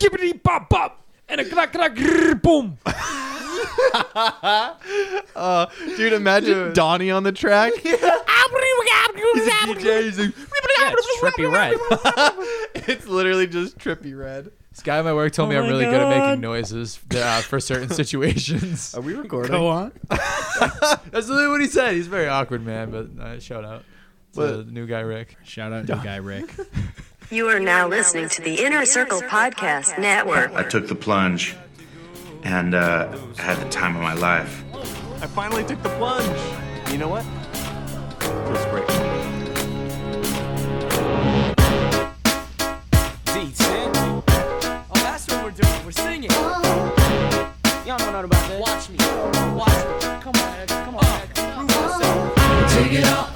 Kibbity bop bop. And a crack crack grrr, boom. Dude, imagine Donnie on the track. DJ, he's like, Yeah, it's trippy red. it's literally just trippy red. This guy at my work told me Oh I'm my really good at God. making noises uh, for certain situations. Are we recording? Go on. That's literally what he said. He's a very awkward man, but uh, shout out to But- the new guy Rick. Shout out to guy Rick. You are now listening to the Inner Circle Podcast Network. I took the plunge and uh, had the time of my life. I finally took the plunge. You know what? Feels great. Oh, that's what we're doing. We're singing. Y'all know nothing about that. Watch me. Watch me. Come on, Ed. Come on, Ed. Prove yourself.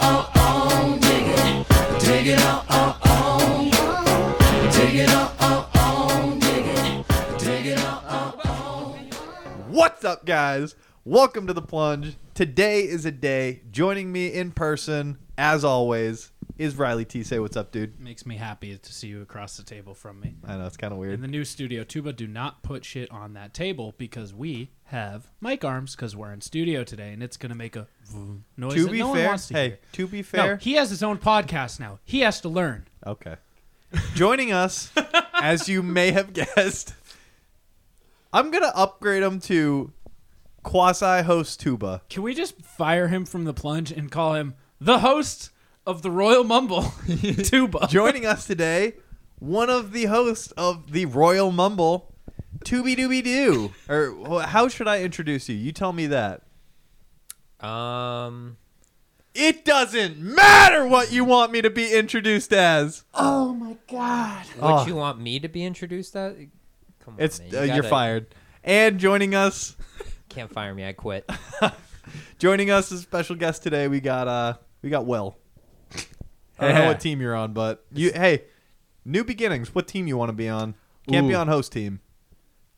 What's up, guys? Welcome to the plunge. Today is a day. Joining me in person, as always, is Riley T. Say what's up, dude. Makes me happy to see you across the table from me. I know it's kind of In the weird. new studio, Tuba, do not put shit on that table because we have mic arms because we're in studio today and it's going to make a vroom noise. To that be no one fair, wants to hey, hear. to be No, fair, he has his own podcast now. He has to learn. okay. Joining us, as you may have guessed, I'm gonna upgrade him to quasi host tuba. Can we just fire him from the plunge and call him the host of the Royal Mumble, Tuba? Joining us today, one of the hosts of the Royal Mumble, Tooby Dooby Doo. Or wh- how should I introduce you? You tell me that. Um, It doesn't matter what you want me to be introduced as. Oh, would Oh. you want me to be introduced? That come on, It's man, you you uh, you're gotta- fired. And joining us, Can't fire me. I quit. joining us as special guest today, we got uh we got Will. I don't know what team you're on, but you hey, new beginnings. What team you want to be on? Can't be Ooh. on host team.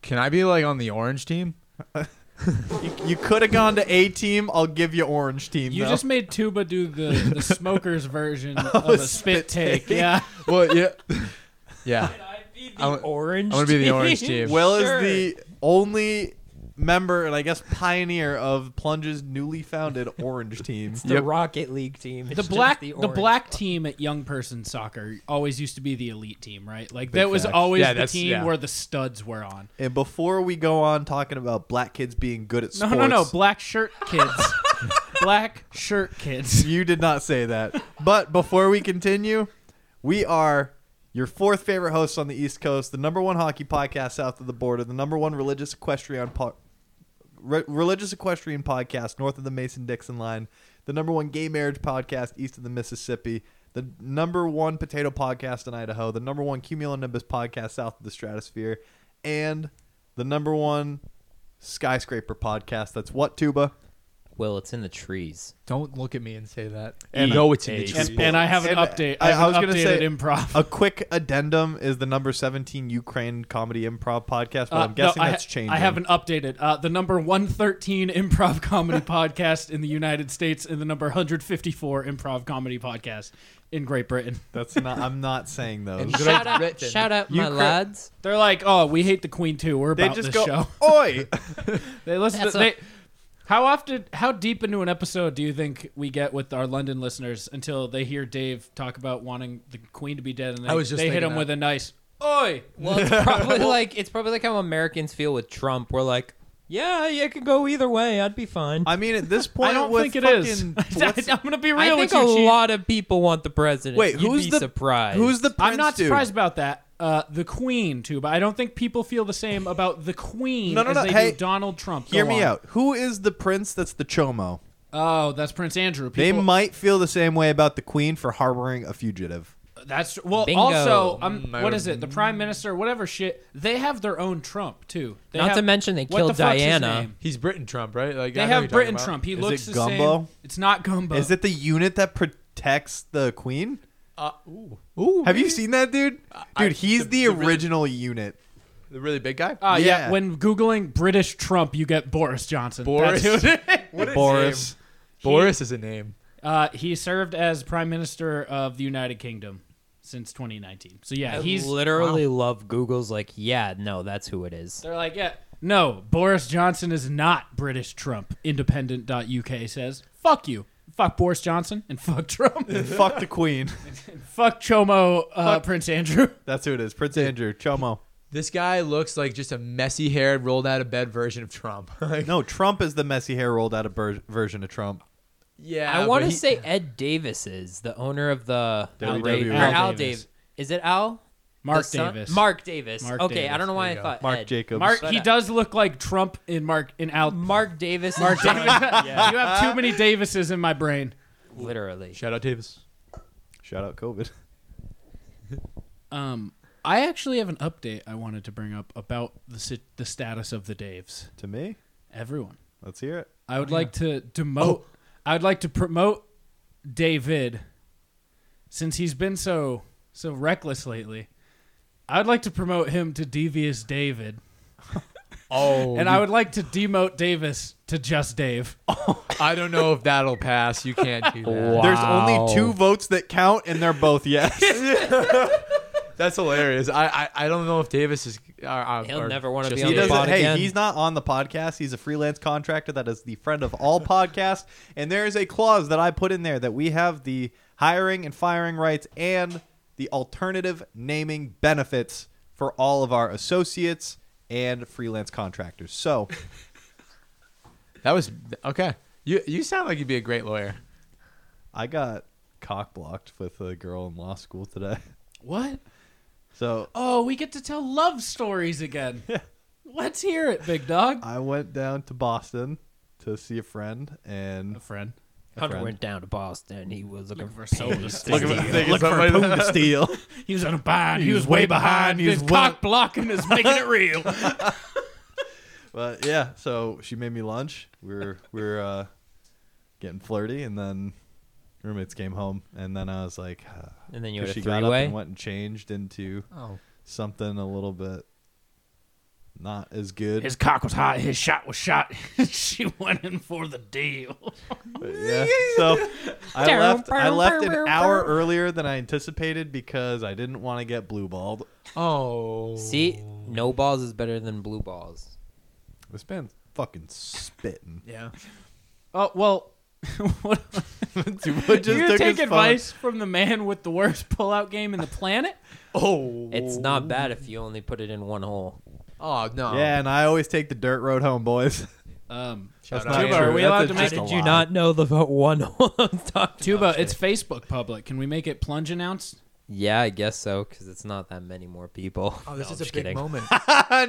Can I be like on the orange team? You, you could have gone to A team. I'll give you orange team. You though. just made Tuba do the, the smoker's version of a Oh, spit, take. spit take. Yeah. Well, yeah, yeah. The orange. I'm gonna be the orange team. Will Sure. is the only member and I guess pioneer of Plunge's newly founded Orange Team. the Rocket League team. It's The just black the, The, orange. black team at young person soccer always used to be the elite team, right? Like that was facts. always Yeah, the that's- team yeah. where the studs were on. And before we go on talking about black kids being good at No, sports, no, no, black shirt kids. black shirt kids. you did not say that. But before we continue, we are your fourth favorite hosts on the East Coast, the number one hockey podcast south of the border, the number one religious equestrian po- re- religious equestrian podcast north of the Mason Dixon line, the number one gay marriage podcast east of the Mississippi, the number one potato podcast in Idaho, the number one cumulonimbus podcast south of the stratosphere, and the number one skyscraper podcast. That's what Tuba. Will, it's in the trees. Don't look at me and say that. And you know it's in the a- trees. And, and I have an And update. I- I, I have was an gonna updated say- improv. A quick addendum is the number 17 Ukraine comedy improv podcast, but Uh, I'm guessing no, I- that's changing. I haven't updated. Uh, the number 113 improv comedy podcast in the United States and the number 154 improv comedy podcast in Great Britain. That's not. I'm not saying those. Shout out, shout out, my cri- lads. They're like, oh, we hate the Queen too. We're they about just this go, show. oi! They listen. To, That's they, how often? How deep into an episode do you think we get with our London listeners until they hear Dave talk about wanting the Queen to be dead, and they, I was just they hit thinking him that. with a nice "Oi!" Well, it's probably like it's probably like how Americans feel with Trump. We're like, yeah, yeah, it could go either way. I'd be fine. I mean, at this point, I don't with think it fucking, is. what's- I'm gonna be I real think with a you. Chief. lot of people want the president. Wait, You'd who's be the surprised? Who's the prince I'm not dude? surprised about that. Uh, the Queen too, but I don't think people feel the same about the Queen No, no, as no, they hey, do Donald Trump. Go Hear me on. out. Who is the prince? That's the chomo. Oh, that's Prince Andrew. People, They might feel the same way about the queen for harboring a fugitive. That's well. Bingo. Also, um, Mm, I what would- is it? The prime minister, whatever shit. They have their own Trump too. They Not have- to mention they what the killed fuck's his Diana. name? He's Britain Trump, right? Like I They know have who you're talking Britain about. Trump. He Is looks it the same. Gumbo? It's not gumbo. Is it the unit that protects the queen? Uh, ooh, Have you seen that dude? Dude, he's the, the- the really- original unit. the really big guy? Uh, yeah. Yeah. When googling British Trump, you get Boris Johnson. Boris. That's who it is. What is Boris. Boris is a name. Uh, he served as prime minister of the United Kingdom. since 2019. So yeah, I he's literally love Google's like, yeah, no, that's who it is. They're like, yeah, no, Boris Johnson is not British Trump. Independent.uk says, fuck you. Fuck Boris Johnson and fuck Trump. Fuck the Queen. fuck Chomo uh, Prince Andrew. That's who it is. Prince Andrew, Chomo. This guy looks like just a messy haired, rolled out of bed version of Trump. Like, No, Trump is the messy hair rolled out of ver- version of Trump. yeah. I but want to he- say Ed Davis is the owner of the WWE. Or Al Al Davis. Davis. Is it Al? Mark The son- Davis. Mark Davis. Mark okay, Davis. I don't know why I There you go. thought Mark Ed. Jacobs. Mark. He does look like Trump in Mark in Al. Mark Davis. Mark is Davis. John- You have too many Davises in my brain. Literally. Shout out Davis. Shout out COVID. Um, I actually have an update I wanted to bring up about the si- the status of the Daves. To me, Everyone, let's hear it. I would like to demote. I would like to promote David, since he's been so so reckless lately. I would like to promote him to Devious David, Oh, and I would like to demote Davis to Just Dave. I don't know if that'll pass. You can't do that. There's only two votes that count, and they're both yes. That's hilarious. I, I I don't know if Davis is. Or, or, He'll or never wanna be just on he the Davis. doesn't. bot Hey, again. he's not on the podcast. He's a freelance contractor that is the friend of all podcasts. And there is a clause that I put in there that we have the hiring and firing rights and the alternative naming benefits for all of our associates and freelance contractors. So That was okay. You you sound like you'd be a great lawyer. I got cock blocked with a girl in law school today. What? So Oh, we get to tell love stories again. Let's hear it, big dog. I went down to Boston to see a friend and A friend. Hunter friend. went down to Boston. He was looking, for for soda sodas. Look at look for a poon to steal. He was on a bind. He, was, way behind. He was cock blocking is making it real. But yeah, so she made me lunch. We were we were uh, getting flirty, and then roommates came home, and then I was like, uh, And then you 'cause had a she got up three-way. and went and changed into Oh. something a little bit not as good. His cock was hot. His shot was shot. she went in for the deal. But yeah. So I left. I left an hour earlier than I anticipated because I didn't want to get blue balled. Oh, See, no balls is better than blue balls. This man's fucking spitting. yeah. Oh well. what, Dude, just you gonna took take his phone. advice from the man with the worst pullout game in the planet? Oh, It's not bad if you only put it in one hole. Oh no. Yeah, and I always take the dirt road home, boys. Um, Shout That's out not Tuba, true. are we That's allowed a- to just make? a Did you lie. not know the one hole I'm talking Tuba, it's Facebook public. Can we make it plunge announced? Yeah, I guess so, because it's not that many more people. Oh, this No, is I'm a just big kidding. moment.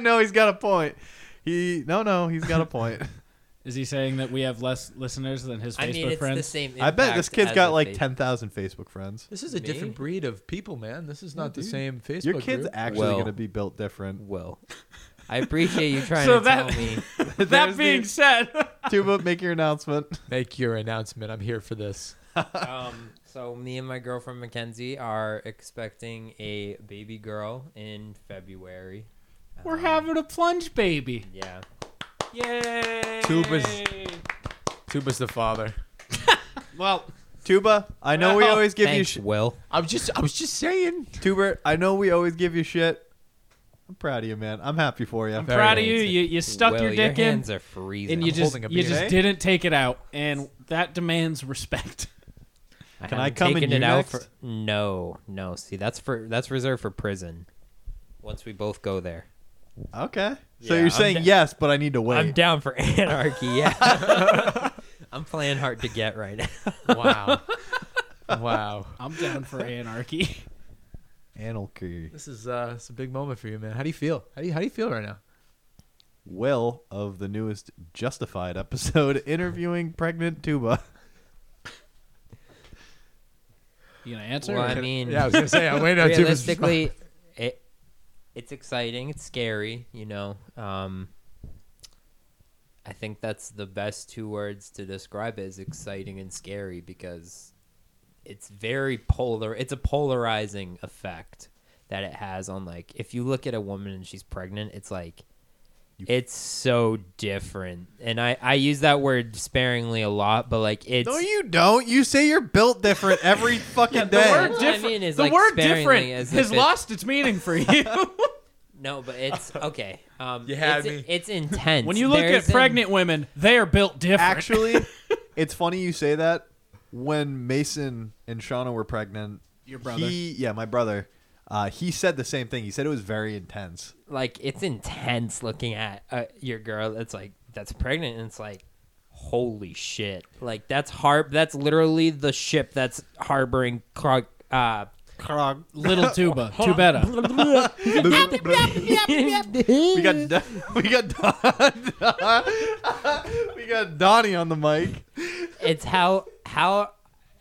no, he's got a point. He no no, he's got a point. Is he saying that we have less listeners than his Facebook I mean, it's friends? the same. I bet this impact kid's as got a like face- ten thousand Facebook friends. This is a Me? different breed of people, man. This is not the same Facebook. Your kid's group. actually Well- gonna be built different. Well, I appreciate you trying So to that- tell me. that There's being the- said, Tuba, make your announcement. Make your announcement. I'm here for this. Um, so me and my girlfriend Mackenzie are expecting a baby girl in February. we're Um, having a plunge baby. Yeah. Yay! Tuba's- Tuba's the father. well, Tuba, I know we Well, always give you Thanks, sh- Will. I was just I was just saying. Tuber, I know we always give you shit. I'm proud of you, man. I'm happy for you. very proud of nice. you. You, you stuck Will, your dick in. hands are freezing. and you just holding a you beer. just Hey? didn't take it out, and that demands respect. Can I haven't come in taken you it out next? for No, no. See, that's for that's reserved for prison. Once we both go there. Okay. So Yeah, you're I'm saying da- yes, but I need to wait. I'm down for anarchy, yeah. I'm playing hard to get right now. Wow. wow. I'm down for anarchy. Anarchy. This is uh, it's a big moment for you, man. How do you feel? How do you how do you feel right now? Will of the newest Justified episode interviewing pregnant Tuba. You gonna answer? Well, or- I mean, Yeah, I was gonna say I'm waiting on Tuba's response. realistically, it, it's exciting. It's scary, you know. Um, I think that's the best two words to describe it is exciting and scary because it's very polar. It's a polarizing effect that it has on like if you look at a woman and she's pregnant, it's like It's so different, and I I use that word sparingly a lot, but like it's No, you don't. You say you're built different every fucking The day. word What I different. mean is, the like, word sparingly different as has if it- lost its meaning for you. no, but it's okay. Um, You it's, had me. it's intense. when you look There's at pregnant women, they are built different. Actually, it's funny you say that. When Mason and Shauna were pregnant, Your brother. he, yeah, my brother, uh, he said the same thing. He said it was very intense. an, like it's intense looking at uh, your girl. that's like that's pregnant, and it's like. Holy shit! Like that's harp. That's literally the ship that's harboring Krog. Uh, Krog. little tuba, tubetta. We got Don- Mm. we got Don- we got Donnie on the mic. it's how how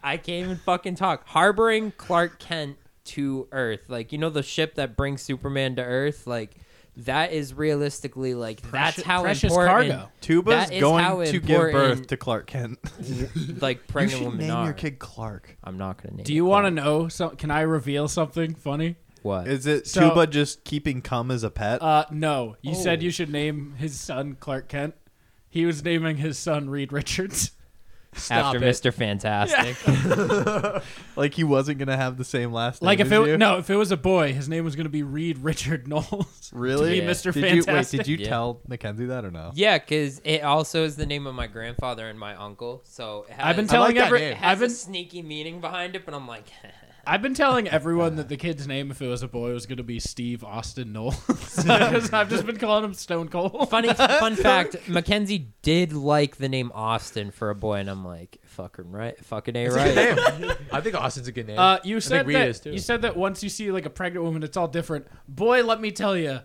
I can't even fucking talk. Harboring Clark Kent to Earth, like you know the ship that brings Superman to Earth, like that is realistically like Precious- that's how precious important cargo. Tuba's that is how going to give birth important, to Clark Kent. like You pregnant should women name are. your kid Clark. I'm not gonna name. Do you want to know? So, can I reveal something funny? what? Is it So- Tuba just keeping cum as a pet? Uh, no. Oh. You said you should name his son Clark Kent. He was naming his son Reed Richards. after Mr. Fantastic? like he wasn't gonna have the same last name. Like if as it you? no, if it was a boy, his name was going to be Reed Richard Knowles. really, Yeah. Mr. Did you, wait, Fantastic. did you Yeah. tell Mackenzie that or no? Yeah, because it also is the name of my grandfather and my uncle. So it has, I've been it telling that every, name. has I've a been sneaky meaning behind it, but I'm like, I've been telling everyone that the kid's name, if it was a boy, was going to be Steve Austin Knowles. 'Cause I've just been calling him Stone Cold. Funny fun fact: Mackenzie did like the name Austin for a boy, and I'm like, fucking right, fucking a right. I think Austin's a good name. Uh, you I said think Reed that is, too. you said that once you see like a pregnant woman, it's all different. Boy, let me tell you,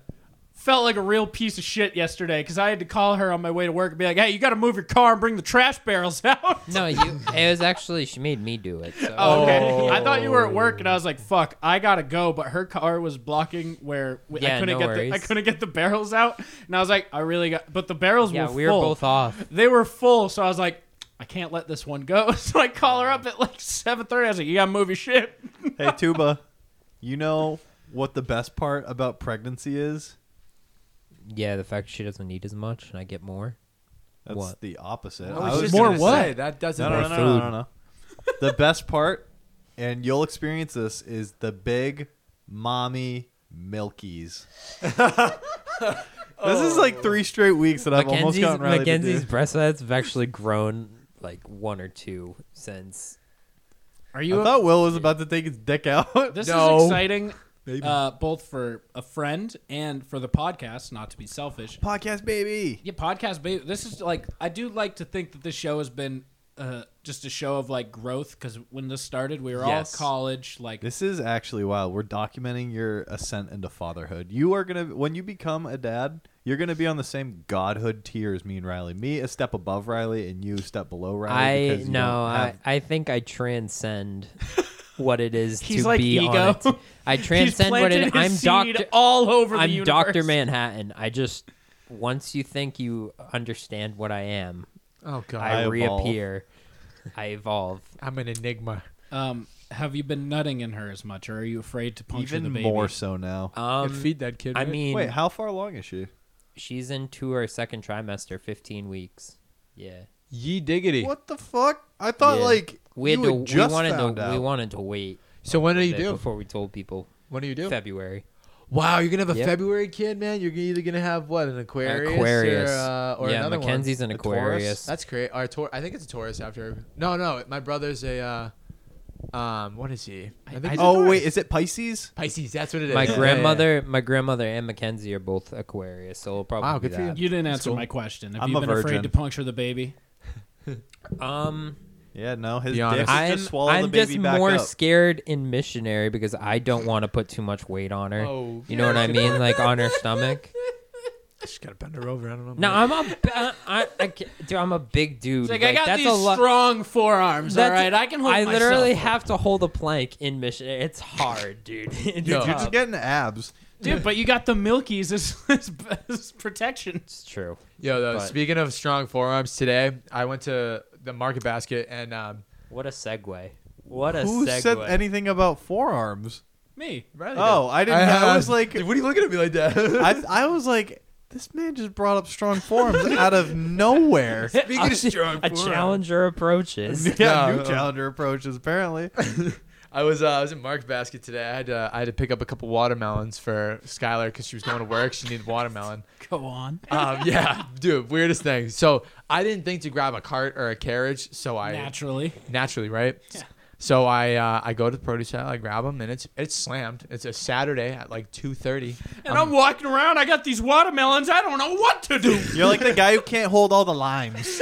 felt like a real piece of shit yesterday because I had to call her on my way to work and be like, "Hey, you got to move your car and bring the trash barrels out." No, you. It was actually she made me do it. So. Oh, okay. I thought you Oh. were at work, and I was like, "Fuck, I gotta go." But her car was blocking where we, I Yeah, couldn't no get worries. the I couldn't get the barrels out, and I was like, "I really got." But the barrels yeah, were we were full. both off. They were full, so I was like, "I can't let this one go." So I call her up at like seven thirty. I was like, "You gotta move your shit." Hey Tuba, you know what the best part about pregnancy is? Yeah, the fact she doesn't need as much, and I get more. That's What? the opposite. I was was just more gonna what? say, that doesn't No, no, no, work. no, no, no, no. The best part, and you'll experience this, is the big mommy milkies. This is like three straight weeks that I've almost Mackenzie's, gotten Riley Mackenzie's to do. breast size have actually grown like one or two since. Are I you? thought Will was about to take his dick out. this No. is exciting, uh, both for a friend and for the podcast. Not to be selfish, Podcast baby. yeah, podcast. Ba- this is like I do like to think that this show has been. Uh, just a show of like growth because when this started, we were Yes. all college, like This is actually wild. We're documenting your ascent into fatherhood. You are gonna when you become a dad, you're gonna be on the same godhood tier as me and Riley. Me a step above Riley, and you a step below Riley. I because you no, don't I, have- I think I transcend what it is He's to like be ego. on it. I He's transcend what planted it. I'm his seed doctor. all over the I'm universe. Doctor Manhattan. I just once you think you understand what I am, Oh god, I I, evolve. reappear. I evolve. I'm an enigma. Um, have you been nutting in her as much, or are you afraid to puncture the even baby? more so now. Um, feed that kid. I right? mean, Wait, how far along is she? she's into her second trimester, 15 weeks. Yeah, ye diggity. What the fuck? I thought Yeah. like we you had had to. just we wanted found to. out. We wanted to wait. So when do you a bit do? before we told people When do you do? February. Wow, you're gonna have a Yep. February kid, man. You're either gonna have what an Aquarius, Aquarius. or, uh, or yeah, another Mackenzie's an A Taurus? Aquarius. one. That's great. Or a Taur- I think it's a Taurus after. No, no, my brother's a. Uh, um, what is he? I think he's a oh Taurus. wait, is it Pisces? Pisces. That's what it is. my Yeah, yeah, yeah. grandmother, my grandmother and Mackenzie are both Aquarius, so it'll probably Wow, be good for that. You didn't answer cool. my question. Have I'm you a been virgin. afraid to puncture the baby? Um, Yeah, no, his Be dick honest. just I'm swallowed I'm the just baby back more up. scared in missionary because I don't want to put too much weight on her. Oh, You know what I mean? Like on her stomach. Just gotta bend her over. I don't know. No, I'm a, b- I, I, ca- dude, I'm a big dude. Like, Like, I got that's these a lot. strong forearms. All that's- right, I can hold I literally myself. have to hold a plank in missionary. It's hard, dude. It's Yo. You're just getting abs. dude. But you got the Milkies as, as, as protection. It's true. Yo, though, But- speaking of strong forearms, today I went to the market basket and um, What a segue. What a Who segue. said anything about forearms? Me. Oh, I didn't. I, was like, what are you looking at me like that? I, I was like, This man just brought up strong forms out of nowhere. Speaking of strong A challenger approaches. Yeah, No, new no. challenger approaches apparently. I was uh, I was in Mark's basket today. I had to, I had to pick up a couple watermelons for Skylar because she was going to work. She needed watermelon. Go on. Um, yeah, dude, weirdest thing. So I didn't think to grab a cart or a carriage, so I Naturally. naturally, right? So I uh, I go to the produce aisle, I grab them, and it's it's slammed. It's a Saturday at like two thirty. And I'm walking around. I got these watermelons. I don't know what to do. You're like the guy who can't hold all the limes.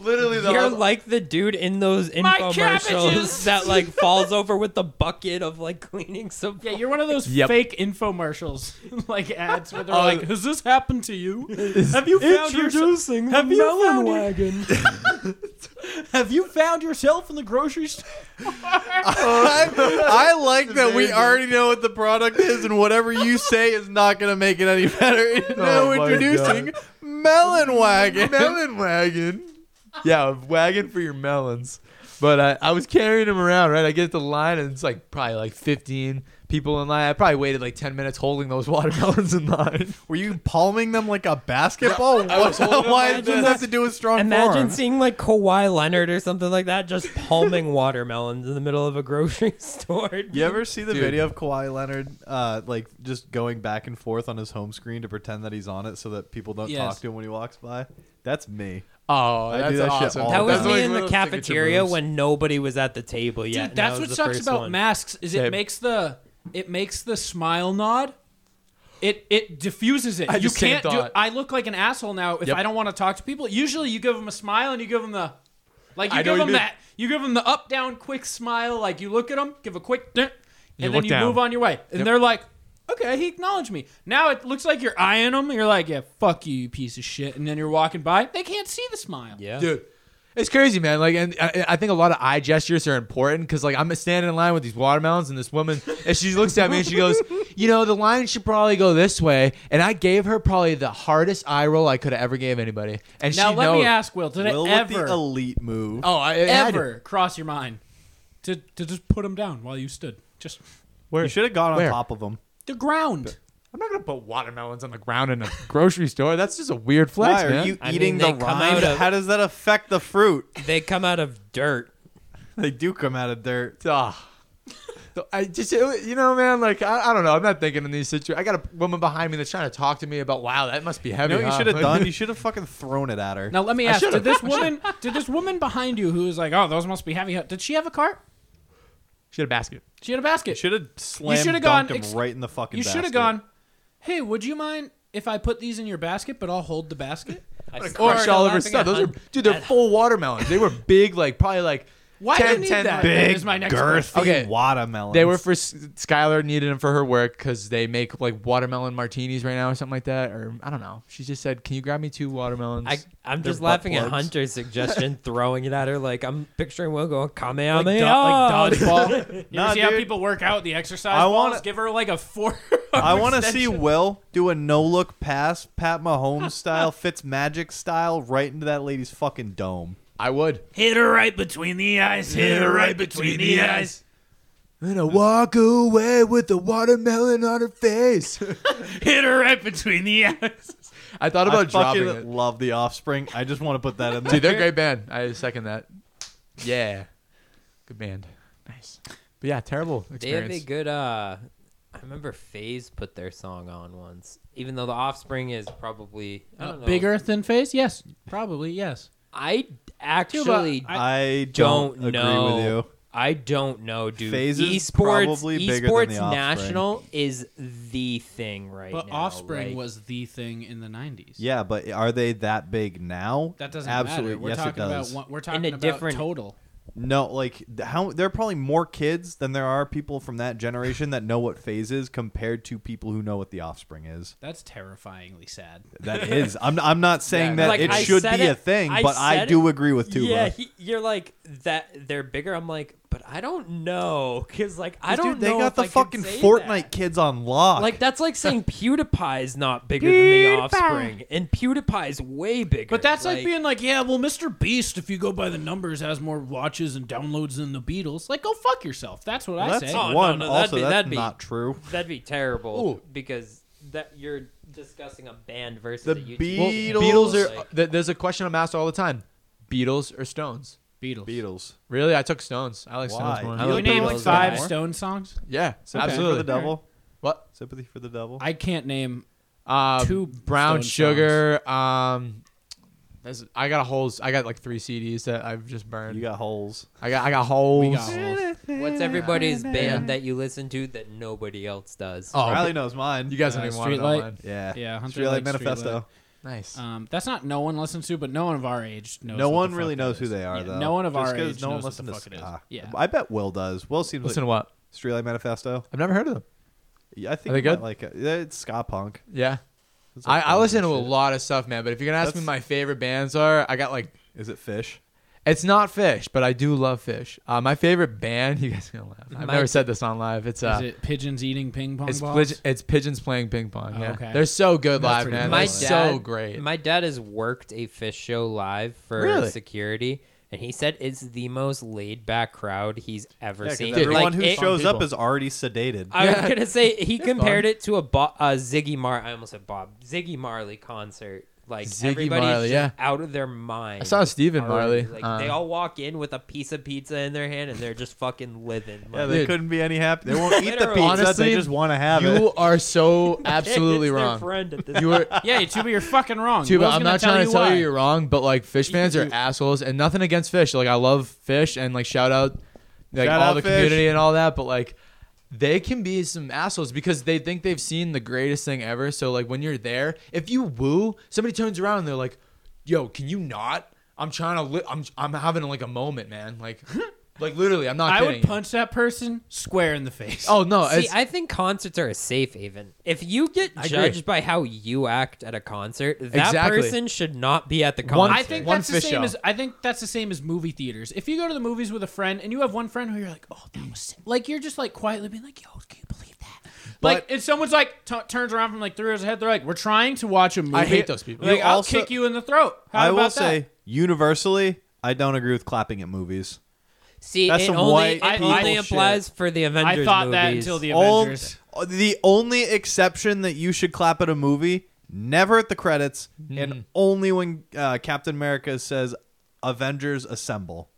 Literally, the You're like the dude in those My infomercials cabbages! that like falls over with the bucket of like cleaning supplies. Yeah, you're one of those Yep. fake infomercials, like ads where they're Oh. like, "Has this happened to you? Have you found yourself? Have you found your- wagon. Have you found yourself in the grocery store? I like that we already know what the product is, and whatever you say is not going to make it any better. Oh now my introducing Melon Wagon. melon wagon. Yeah, a wagon for your melons. But I, I was carrying them around, right? I get to the line, and it's like probably like 15 people in line. I probably waited like 10 minutes holding those watermelons in line. Were you palming them like a basketball? I was What- holding Why them like does this have to do with strong Imagine form? seeing like Kawhi Leonard or something like that just palming watermelons in the middle of a grocery store. You ever see the Dude. video of Kawhi Leonard, uh, like just going back and forth on his home screen to pretend that he's on it, so that people don't Yes. talk to him when he walks by? That's me. Oh, I that's do that shit awesome. all That Oh, was that's me like in one of the those signature cafeteria moves. when nobody was at the table yet. Dude, and that's that was what the sucks first about one. masks is it Same. makes the it makes the smile nod. It it diffuses it. I had you the same can't do. thought. I look like an asshole now if Yep. I don't want to talk to people. Usually, you give them a smile and you give them the like you I know give what you them mean. that you give them the up down quick smile. Like you look at them, give a quick, dent, and then look you down. move on your way. And they're like. Okay, he acknowledged me. Now it looks like you're eyeing them. You're like, yeah, fuck you, you piece of shit. And then you're walking by. They can't see the smile. Yeah. dude it's crazy man like and I, I think a lot of eye gestures are important because like i'm standing in line with these watermelons and this woman and she looks at me and she goes you know the line should probably go this way and i gave her probably the hardest eye roll i could have ever gave anybody and Now she let knows me ask, Will, did Will it with ever the elite move. oh i it had to. ever cross your mind to to just put them down while you stood just where You should have gone on Where? top of him. the ground. i'm not gonna put watermelons on the ground in a grocery store that's just a weird flex Why are man. you I eating mean, they the come rind? out of- How does that affect the fruit? They come out of dirt. They do come out of dirt. Ah. So I just, it- you know, man, like, I, I don't know. I'm not thinking in these situations. I got a woman behind me that's trying to talk to me about, wow, that must be You heavy. know what you huh? should have done? You should have fucking thrown it at her. Now let me ask: Did this woman, did this woman behind you, who was like, "Oh, those must be heavy," did she have a cart? She had a basket. She had a basket. You should have slammed should have dunked gone him ex- right in the fucking you should have basket. gone. Hey, would you mind if I put these in your basket, but I'll hold the basket? I Crush all of her laughing stuff. at Those are, hun- dude, they're full watermelons. They were big, like, probably like Why do 10, you need 10 that? big. Big, Is my next girthy question. Okay. watermelons. They were for S- Skylar needed them for her work because they make like watermelon martinis right now or something like that. Or I don't know. She just said, "Can you grab me two watermelons?" I, I'm They're just laughing butt at plugs. Hunter's suggestion, throwing it at her like I'm picturing Will going Kamehameha. Like, do- like dodgeball. You Nah, ever see how dude. people work out the exercise I I wanna- balls? Give her like a four. I want to see Will do a no look pass, Pat Mahomes style, Fitz Magic style, right into that lady's fucking dome. I would. hit her right between the eyes. Hit her right between the eyes. And I walk away with a watermelon on her face. Hit her right between the eyes. I thought I about dropping fucking it. love the Offspring. I just want to put that in there. Dude, they're a great band. I second that. Yeah. Good band. Nice. But yeah, terrible They have experience. a good. uh I remember FaZe put their song on once, even though the Offspring is probably I don't know. Uh, Bigger than face? Yes, probably yes. I actually I- I don't, don't, agree know. with you. I don't know, dude. FaZe is esports, probably bigger than esports The Offspring. national is the thing right But now. Offspring like- was the thing in the '90s. Yeah, but are they that big now? that doesn't Absolutely. matter. We're yes, talking it does. about one, we're talking a about different- total. No, like th- how there are probably more kids than there are people from that generation that know what phase is compared to people who know what the offspring is. That's terrifyingly sad. That is, I'm I'm not saying that Like, it I should be said a it- thing, I but I said do it- agree with Tuba. Yeah, he, you're like that. They're bigger. I'm like, but I don't know, cause like I Dude, don't. they know got if the I could fucking say Fortnite that. kids on lock. Like that's like saying PewDiePie's not bigger than the Offspring, and PewDiePie's way bigger. But that's like, being like, yeah, well, Mr. Beast, if you go by the numbers, has more watches and downloads than the Beatles. Like, go fuck yourself. That's what I that's say. Oh, no, one. no, that'd also, be- that's that'd be- not true. that'd be terrible Ooh. because that you're discussing a band versus The a YouTube Well, channel. Beatles Beatles are. uh, Like, th- there's a question I'm asked all the time: Beatles or Stones? Beatles. Beatles. Really, I took Stones. I like Why? Stones more. I You like name Beatles like five more. Stone songs. yeah, Sympathy for absolutely. the devil. What? Sympathy for the devil. I can't name. Uh, Two brown Stone sugar. Um, that's, I got a whole. I got like three CDs that I've just burned. you got holes. I got. I got holes. We got holes. What's everybody's band that you listen to that nobody else does? Oh, Riley knows mine. you guys don't Uh, even want to know Streetlight? mine. yeah. Yeah, Hunter Streetlight likes Manifesto. Streetlight. Nice. Uh, Um, that's not no one listens to, but no one of our age knows. No what one the really fuck it knows who is. they are, Yeah, though. No one of Just our 'cause age no one knows what the listens fuck to ah. it is. ska. Yeah. I bet Will does. Will seems Listen to like what? Streetlight Manifesto. I've never heard of them. Yeah, I think Are they you might good? like it. Yeah, It's ska punk. Yeah. It's I, like I listen to a punk and shit. lot of stuff, man. But if you're gonna ask me That's- my favorite bands are, I got like Is it Fish? it's not Fish, but I do love Fish. Uh, my favorite band, you guys are gonna laugh. I've My- never said this on live. It's uh, Is it pigeons eating ping pong it's balls? pli- it's pigeons playing ping pong. Oh, yeah, okay. they're so good That's live, pretty man. good. My They're so great. My dad has worked a fish show live for Really? security, and he said it's the most laid back crowd he's ever Yeah, 'cause seen. everyone Like, who it- shows Fun up people. is already sedated. I was gonna say he compared it to a Bo- uh, Ziggy Mar. I almost said Bob Ziggy Marley concert. Like Ziggy everybody's Marley, just yeah. out of their mind. I saw Stephen already. Marley, Like they uh, all walk in with a piece of pizza in their hand and they're just fucking living. yeah, Like, they Dude. couldn't be any happy. They won't eat the Literally. pizza. Honestly, they just want to have it. you are so "Hey, absolutely it's their wrong. friend at this You were Yeah, Tuba, you're fucking wrong. too. Will's I'm gonna not trying to tell why. you you're wrong, but like Fish fans are assholes, and nothing against Fish. Like I love Fish, and like shout out, like Shout all out the Fish. community and all that. But like, they can be some assholes because they think they've seen the greatest thing ever. So like, when you're there, if you woo, somebody turns around and they're like, "Yo, can you not? I'm trying to. Li- I'm I'm having like a moment, man. Like, like literally, I'm not. I kidding would you. punch that person square in the face. Oh no, See, it's, I think concerts are a safe haven. If you get I agree. judged by how you act at a concert, that Exactly. person should not be at the concert. One- I think One that's the fish same show. as I think that's the same as movie theaters. If you go to the movies with a friend and you have one friend who you're like, oh, that was sick. like you're just like quietly being like, yo, can you believe that? like But- if someone's like t- turns around from like three years ahead, they're like, we're trying to watch a movie. hate those people. Like, You I'll also- kick you in the throat. How I about will that? say, universally, I don't agree with clapping at movies. See, That's it some only, white it people only shit. applies for the Avengers I thought that movies. until the All- Avengers. the only exception that you should clap at a movie, never at the credits, Mm. and only when uh, Captain America says "Avengers Assemble."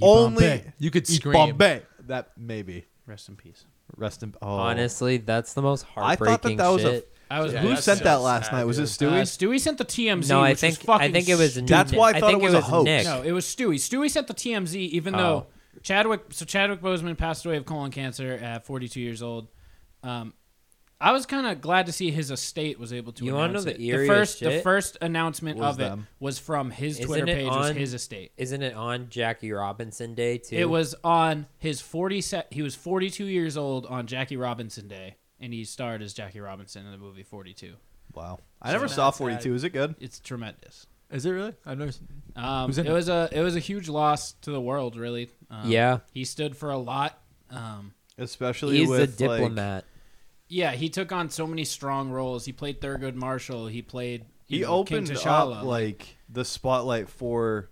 only Bombay. You could Ye scream. Bombay. That maybe Rest in peace. rest in oh. Honestly, that's the most I heartbreaking thought that that was shit. I was a. Yeah, who that's sent so that last sad, night? Was it dude. Uh, Stewie? Stewie sent the TMZ. no, I which was think fucking I think it was. That's Nick. why I thought think it was a hoax. Nick. No, it was Stewie. Stewie sent the TMZ, even Oh. though Chadwick. So Chadwick Boseman passed away of colon cancer at 42 years old. Um, I was kind of glad to see his estate was able to. You wanna announce know the it. eeriest first, the shit? first announcement Was of them. it was from his Isn't Twitter it page. was on- his estate. Isn't it on Jackie Robinson Day too? It was on his 40 set. He was 42 years old on Jackie Robinson Day, and he starred as Jackie Robinson in the movie 42. Wow, I never saw Forty Two. Is it good? It's tremendous. Is it really? I've never. Seen Um, Who's it in it? was a it was a huge loss to the world, really. Um, Yeah. he stood for a lot. Um, Especially He's with a like- diplomat. Yeah, he took on so many strong roles. He played Thurgood Marshall. He played you he know, opened King T'Challa. up like the spotlight for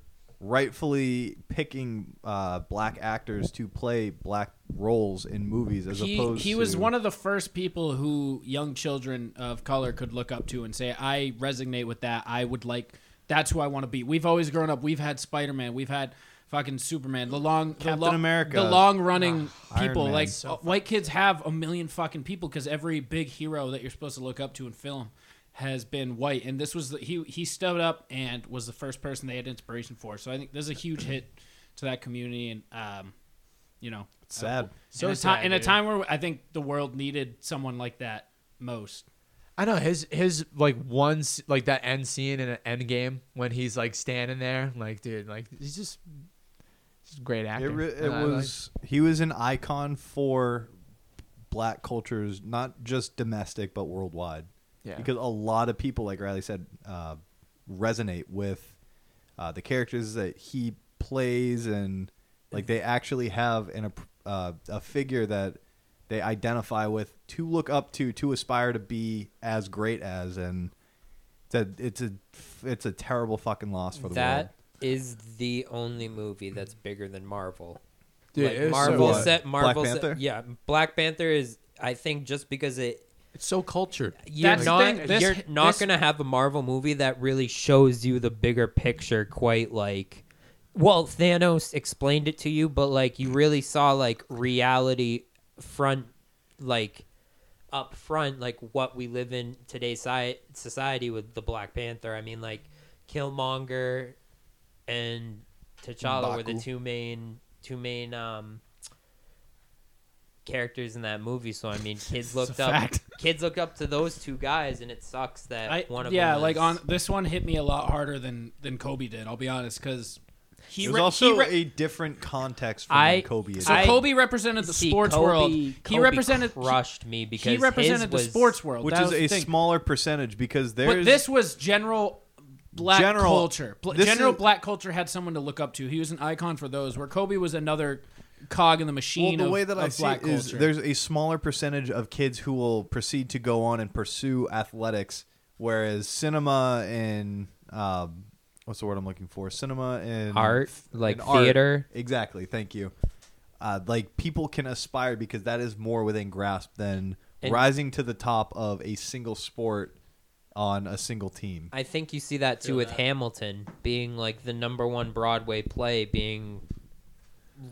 rightfully picking uh, black actors to play black roles in movies as he, opposed he was to one of the first people who young children of color could look up to and say, "I resonate with that. I would like. That's who I want to be." We've always grown up. We've had Spider Man. We've had fucking Superman. The long the Captain lo- America. Ah, The long running Iron people Man. like uh, white kids have a million fucking people because every big hero that you're supposed to look up to in film has been white, and this was the, he he stood up and was the first person they had inspiration for. So I think this is a huge hit to that community and. um you know, sad. so in, a ti- sad, in a dude. time where I think the world needed someone like that most. I know his his like one s- like that end scene in an end game when he's like standing there like dude like he's just he's a great actor. It, re- it And I, like- was he was an icon for black cultures, not just domestic but worldwide. Yeah. Because a lot of people, like Riley said, uh, resonate with uh, the characters that he plays, and like they actually have an ap- uh, a figure that they identify with to look up to, to aspire to be as great as, and that it's a it's a terrible fucking loss for the world. That is the only movie that's bigger than Marvel. Dude, Like, it was so Marvel good. set Marvel Black set- Panther? yeah, Black Panther is I think just because it It's so cultured. You're That's the not, thing, this- you're not this- gonna have a Marvel movie that really shows you the bigger picture quite like well, Thanos explained it to you, but like you really saw like reality front like up front, like what we live in today's sci- society with the Black Panther. I mean like Killmonger and T'Challa were the M'Baku. two main two main um characters in that movie. So I mean, kids looked up fact. kids look up to those two guys, and it sucks that I, one of yeah, them. like is- on this one hit me a lot harder than than Kobe did. I'll be honest, because he It was re- also he re- a different context from I- when Kobe is. so I- Kobe represented the See, sports Kobe- world. Kobe he represented crushed me because he his represented the was- sports world, which That is was a the thing. smaller percentage because there's But this was general black General- culture. Bla- this general is- black culture had someone to look up to. He was an icon for those. Where Kobe was another cog in the well, machine. the of- way that of I see black it is culture. there's a smaller percentage of kids who will proceed to go on and pursue athletics, whereas cinema and um, what's the word I'm looking for? Cinema and Art, like and art. theater. Exactly. Thank you. Uh, like people can aspire because that is more within grasp than And- rising to the top of a single sport on a single team. I think you see that too with Hamilton being like the number one Broadway play being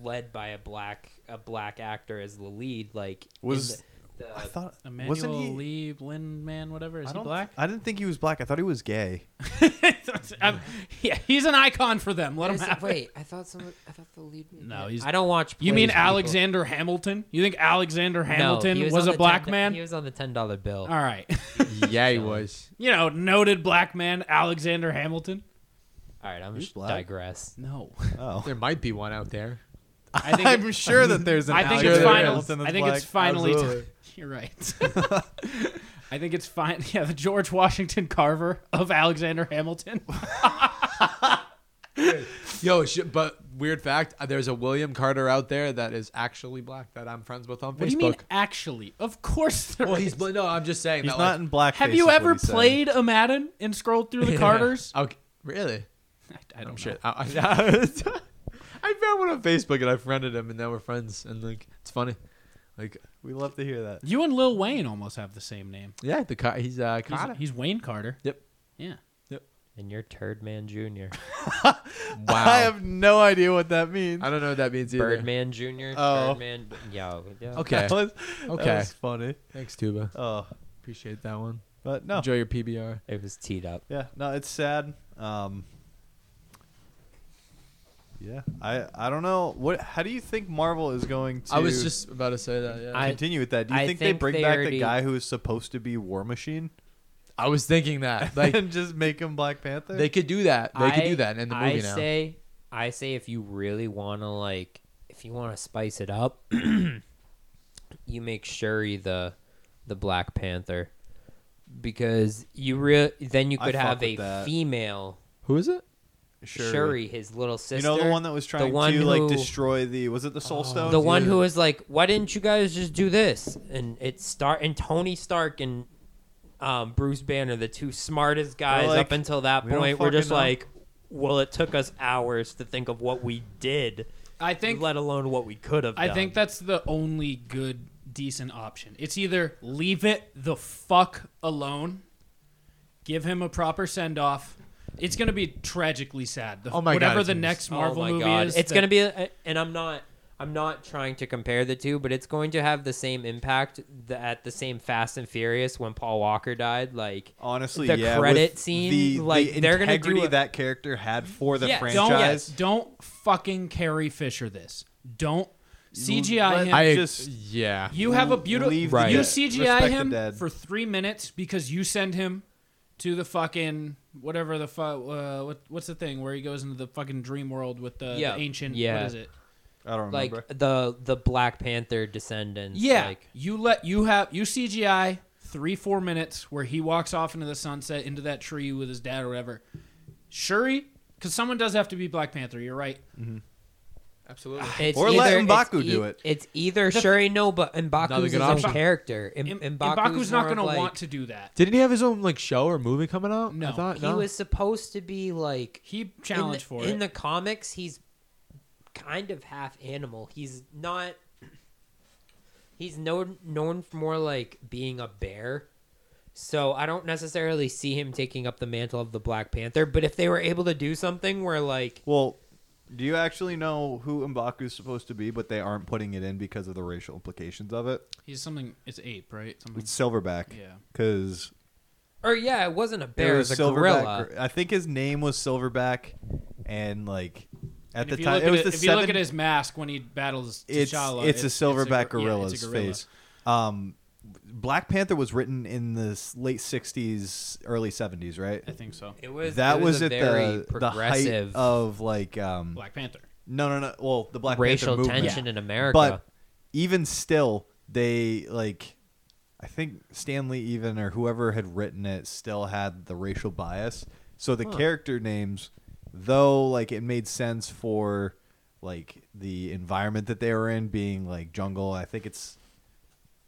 led by a black a black actor as the lead. Like in Was- the, the- I thought wasn't Emmanuel he? Lee Lin Man, whatever. Is I he don't. black? I didn't think he was black. I thought he was gay. I'm- Um, yeah, he's an icon for them. Let him Is it- have it. wait, I thought someone. I thought the lead. No, he's- I don't watch. You plays, mean people. Alexander Hamilton? You think Alexander No, Hamilton he was, on a the black $10 man? He was on the ten dollar bill. All right. yeah, he was. you know, noted black man Alexander Hamilton. All right, I'm He's just black. digress. No, Oh, There might be one out there. I think I'm sure that there's an. I think Alexander it's final. Hamilton that's I think it's black. finally. Absolutely. You're right. I think it's fine. Yeah, the George Washington Carver of Alexander Hamilton. Yo, sh- but weird fact, uh, there's a William Carter out there that is actually black that I'm friends with on Facebook. What do you mean? Actually, of course. there Well, is. he's bl- no. I'm just saying. He's that, not in black. Have you ever played a Madden and scrolled through the Carters? Like, okay, really? I, I don't know. Shit. I, I, I found one on Facebook and I friended him and now we're friends and like it's funny. Like We love to hear that. You and Lil Wayne almost have the same name. yeah, the car, he's uh, He's, Carter. he's Wayne Carter. Yep. Yeah. And you're Turd Man Junior, Wow. I have no idea what that means. I don't know what that means either. Birdman Junior, Oh. Birdman. Yo, yeah. Okay. That was, Okay. That was funny. Thanks, Tuba. Oh, Appreciate that one. but no. Enjoy your PBR. It was teed up. Yeah. No, it's sad. Um. Yeah. I I don't know what. How do you think Marvel is going to? I was just about to say that. Yeah. I- continue with that. Do you I think, they think bring they back already- the guy who is supposed to be War Machine I was thinking that like and just make him Black Panther? They could do that. They could I- do that in the movie I now. say, I say, if you really want to, like, if you want to spice it up, you make Shuri the the Black Panther, because you real then you I could fuck have with a that. female Who is it? Shuri. his little You sister. know the one that was trying one to like who- Oh. destroy the was it the Soul Stone? the one who was like, "Why didn't you guys just do this?" And it start and Tony Stark and um, Bruce Banner, the two smartest guys like, up until that "We don't point, were fucking just know." like, "Well, it took us hours to think of what we did, I think let alone what we could have." I done. think that's the only good decent option. It's either leave it the fuck alone, give him a proper send off. It's gonna be tragically sad. The, Oh my God, whatever it's the gonna be next Oh Marvel my movie God. is, It's that- gonna be, a, and I'm not. I'm not trying to compare the two, but it's going to have the same impact th- at the same Fast and Furious when Paul Walker died. Like honestly the yeah, credit with scene, the, like, the they're gonna do integrity a- that character had for the Yeah, Don't, franchise. don't fucking Carrie Fisher this. Don't CGI Let- him. I just- just yeah. you have a beautiful. leave You the Right. dead. CGI Respect the him dead. for three minutes because you send him to the fucking whatever the fuck. Uh, what, what's the thing where he goes into the fucking dream world with the, the Yeah. ancient? What Yeah. is it? I don't like uh, remember. the the Black Panther descendants. Yeah, like, you let you have you CGI three four minutes where he walks off into the sunset into that tree with his dad or whatever. Shuri, because someone does have to be Black Panther. You're right. Absolutely. It's Or let it's e M'Baku do it. It's either Shuri no, but Mbaku's Another his good own option. character. M- Im- M'Baku's M'Baku's not more of going to like- want to do that. Didn't he have his own like show or movie coming out? No. I thought, He no? was supposed to be like He in the- challenged for in it. the comics. He's kind of half animal. He's not. he's known known for more like being a bear. So I don't necessarily see him taking up the mantle of the Black Panther, but if they were able to do something where like Well, do you actually know who Mbaku is supposed to be, but they aren't putting it in because of the racial implications of it? He's something. It's ape, right? Something. It's Silverback. Yeah. Because or yeah, it wasn't a bear, it was, a gorilla. I think his name was Silverback, and like at And the if you time, look it was at the if seven. you look at his mask when he battles it's T'Challa, it's, a silverback gor- yeah, gorilla's it's a gorilla. face. Um, Black Panther was written in the s- late '60s, early '70s, right? I think so. It was that it was, a at very the, the height progressive of like um, Black Panther. no, no, no. Well, the Black racial Panther movement. tension in America. But even still, they like. I think Stanley even or whoever had written it still had the racial bias. So the character names, though, like it made sense for like the environment that they were in being like jungle. I think it's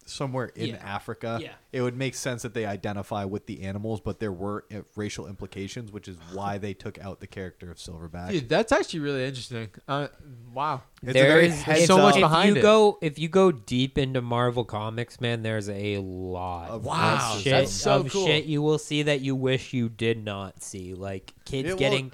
somewhere in Yeah. Africa. Yeah. It would make sense that they identify with the animals, but there were uh, racial implications, which is why they took out the character of Silverback. Dude, that's actually really interesting. Uh, wow. It's There very is- heads so much up- behind you it. go if you go deep into Marvel comics, man, there's a lot Of of Wow, shit, that's so of cool. shit you will see that you wish you did not see. Like kids It will- getting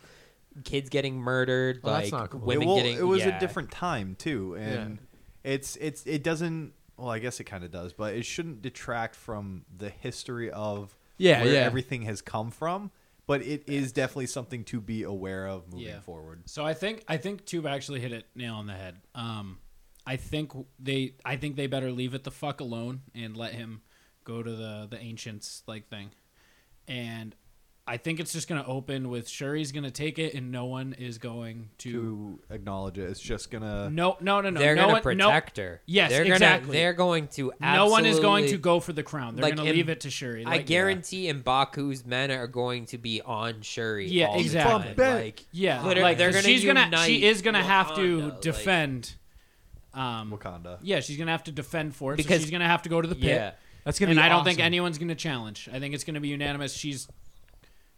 kids getting murdered, Well, that's like not cool. women it, well, getting it was yeah. a different time too and it's it's it doesn't well i guess it kind of does but it shouldn't detract from the history of Yeah, where yeah. everything has come from but it is definitely something to be aware of moving Yeah. forward So I think I think Tube actually hit it nail on the head. Um, I think they I think they better leave it the fuck alone and let him go to the the ancients like thing. And I think it's just gonna open with Shuri's gonna take it and no one is going to, to acknowledge it it's just gonna no no no no They're no gonna one, protect no, her. Yes, they're exactly. Gonna, they're going to. no one is going to absolutely- go for the crown. They're like, gonna in- leave it to Shuri. I Like, guarantee Mbaku's men are going to be on Shuri. Yeah, all the exactly. time. Like, Yeah, Literally, like they're they're gonna gonna she's gonna unite she is gonna have Wakanda, to like- defend. um, wakanda Yeah, she's gonna have to defend for it. Because- so she's gonna have to go to the pit. yeah. That's gonna and be. I don't think awesome. anyone's gonna challenge. I think it's gonna be unanimous. She's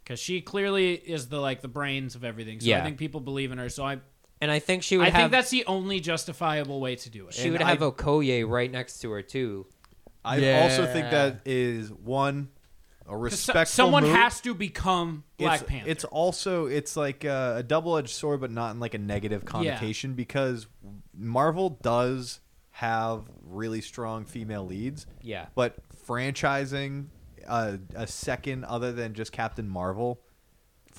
because she clearly is the like the brains of everything. So I Yeah. think people believe in her. So I And I think she would I have. think that's the only justifiable way to do it. she would have Okoye right next to her too. i also think Yeah. that is one a 'Cause so- respectful someone move. has to become Black it's, Panther. It's also it's like a, a double-edged sword, but not in like a negative connotation because Marvel does have really strong female leads. Yeah. but franchising uh, a second other than just Captain Marvel,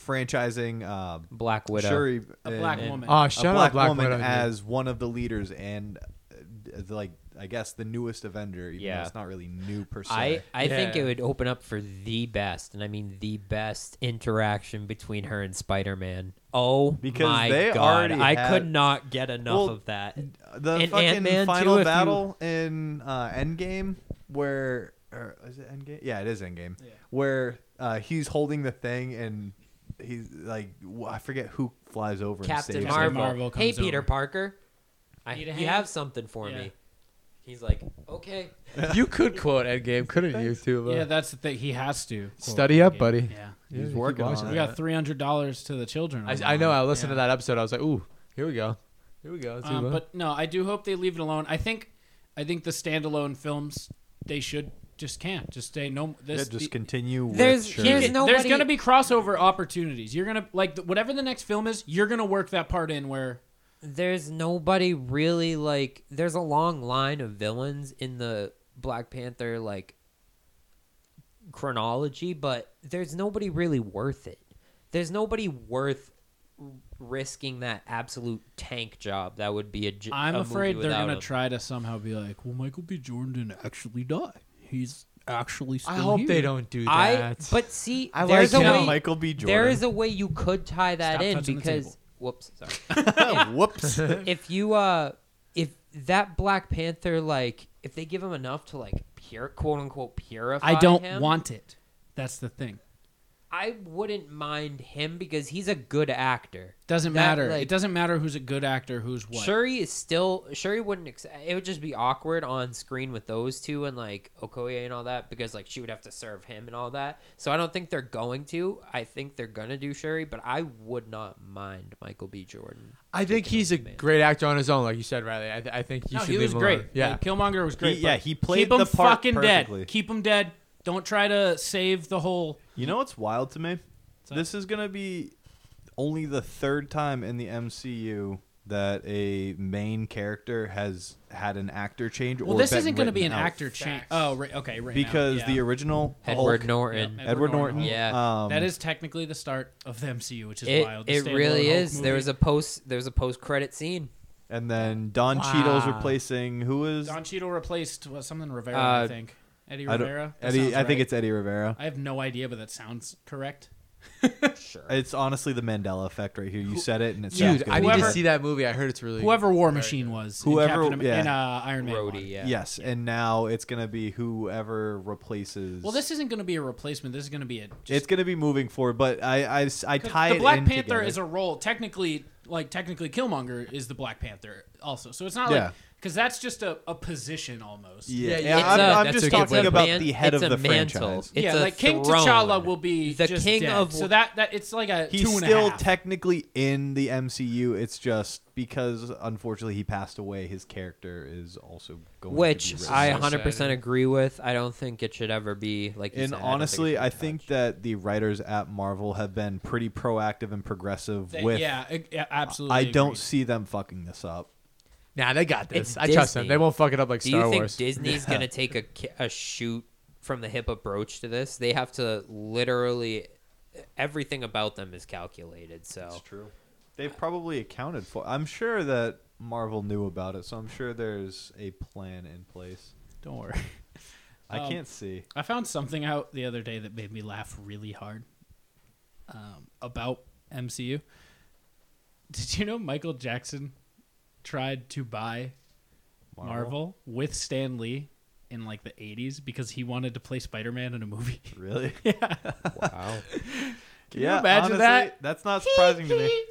franchising uh, Black Widow. Shuri, a black and- woman. Oh, a shout black, out Black woman Widow, dude. as one of the leaders and uh, d- like I guess the newest Avenger. Even Yeah. though it's not really new per se. I, I think Yeah. it would open up for the best, and I mean the best interaction between her and Spider Man. Oh Because my they god! already I had- could not get enough Well, of that. the And fucking Ant-Man, final too, if you- battle in uh, Endgame where or is it Endgame? Yeah, it is Endgame. Where uh, he's holding the thing and he's like w- I forget who flies over and Captain saves Marvel. him. Marvel hey comes Peter over. Parker, I, Need you a hand? have something for Yeah. me. He's like, okay. You could quote Endgame, couldn't you, too? yeah, that's the thing. He has to quote Study Endgame. up, buddy. Yeah, Yeah, He's keep working on watching it. we got three hundred dollars to the children. on that I, I know. one. I listened Yeah. to that episode. I was like, ooh, here we go. Here we go. Too Um, bad. but no, I do hope they leave it alone. I think, I think the standalone films they should just can't just say no. Yeah, This just the- continue with There's- Shuri. here's no- there's Nobody- gonna be crossover opportunities. You're gonna like th- whatever the next film is. You're gonna work that part in where there's nobody really like there's a long line of villains in the Black Panther like chronology, but there's nobody really worth it. There's nobody worth r- risking that absolute tank job. That would be a. j- I'm a afraid movie they're without gonna him. try to somehow be like, well, Michael B. Jordan didn't actually die. He's actually. Still I hope here." they don't do that. I but see, I there's like a him. way. Michael B. Jordan. There is a way you could tie that Stop in touching the because table. whoops, sorry. whoops. if you uh if that Black Panther like if they give him enough to like pure quote unquote purify I don't him, want it. That's the thing. I wouldn't mind him because he's a good actor. Doesn't That, matter. like- it doesn't matter who's a good actor, who's what. Shuri is still Shuri wouldn't. Ex- it would just be awkward on screen with those two and like Okoye and all that because like she would have to serve him and all that. So I don't think they're going to. I think they're gonna do Shuri, but I would not mind Michael B. Jordan. I think he's a great actor on his own, like you said, Riley. I, th- I think you no, should he leave was him great. alone. Yeah, Like, Killmonger was great. He- yeah, but he played keep him the part fucking perfectly. dead. Keep him dead. Don't try to save the whole. You know what's wild to me? This is gonna be only the third time in the MCU that a main character has had an actor change. Well, or this been isn't going to be an written out. actor change. Oh, right. Okay, right. now, because yeah. the original Edward Hulk- Norton. Yep, Edward Norton, Yeah. um, that is technically the start of the MCU, which is It, wild. The it standalone really Hulk is. There movie. was a post. There's a post credit scene. and then Don Wow. Cheadle's replacing who is Don Cheadle replaced uh, something Rivera, Uh, I think. Eddie I don't- Rivera. That Eddie. sounds I think right. it's Eddie Rivera. I have no idea, but that sounds correct. Sure. It's honestly the Mandela effect right here. You said it, and it sounds dude, good. I need to Whoever- see that movie. I heard it's really. Whoever War Machine was. Whoever- In, Captain Am- yeah. in uh, Iron Man. one. Rhodey. Yeah. Yes, and now it's gonna be whoever replaces. Well, this isn't going to be a replacement. This is going to be a. Just, it's gonna be moving forward, but I I, I Because tie the it Black in Panther together. is a role technically like technically Killmonger is the Black Panther also. So it's not Yeah. like because that's just a, a position almost. Yeah, Yeah, yeah, yeah, I'm, it's a- I'm that's just a good talking way. about man- the head of it's a the mantle. franchise. It's yeah, a like King throne. T'Challa will be The just king dead. of- so that that it's like a He's two and a still half. technically in the MCU. It's just because unfortunately he passed away. His character is also going to Which be I written. 100% agree with. I don't think it should ever be like. You And said, I don't honestly, it should I be think touched. that the writers at Marvel have been pretty proactive and progressive That- with. yeah, I- yeah, absolutely. I don't agree. see them fucking this up. Nah, they got this. It's I trust Disney. them. They won't fuck it up like Do Star you think Wars. Disney's gonna take a, ki- a shoot from the hip approach to this? They have to literally everything about them is calculated. So true. They've probably accounted for. I'm sure that Marvel knew about it, so I'm sure there's a plan in place. Don't worry. I Um, can't see. I found something out the other day that made me laugh really hard um, about MCU. Did you know Michael Jackson tried to buy Marvel, with Stan Lee in like the 80s because he wanted to play Spider Man in a movie? Really? wow, Can you imagine that? That's not surprising to me.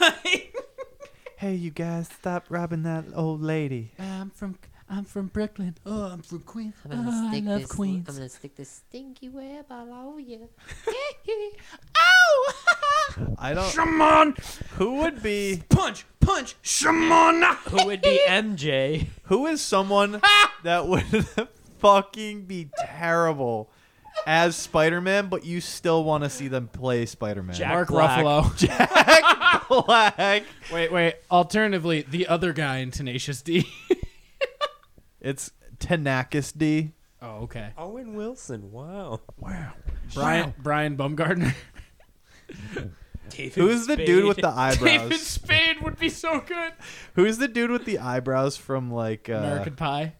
Like, Hey, you guys, stop robbing that old lady. I'm from I'm from Brooklyn. Oh, I'm from Queens. I'm gonna Oh, I stick love this, Queens. I'm gonna stick this stinky web all over you. I don't. Shimon! Who would be? Punch! Punch! Shimon! who would be MJ? Who is someone Ah! that would fucking be terrible as Spider-Man, but you still want to see them play Spider-Man? Mark Black. Ruffalo. Jack Black. Wait, wait. Alternatively, the other guy in Tenacious D. It's Tanakis D. oh, okay. Owen Wilson. Wow, Brian Brian Bumgardner. David Who's the dude with the David eyebrows? Spade would be so good. Who's the dude with the eyebrows from like? Uh, American Pie.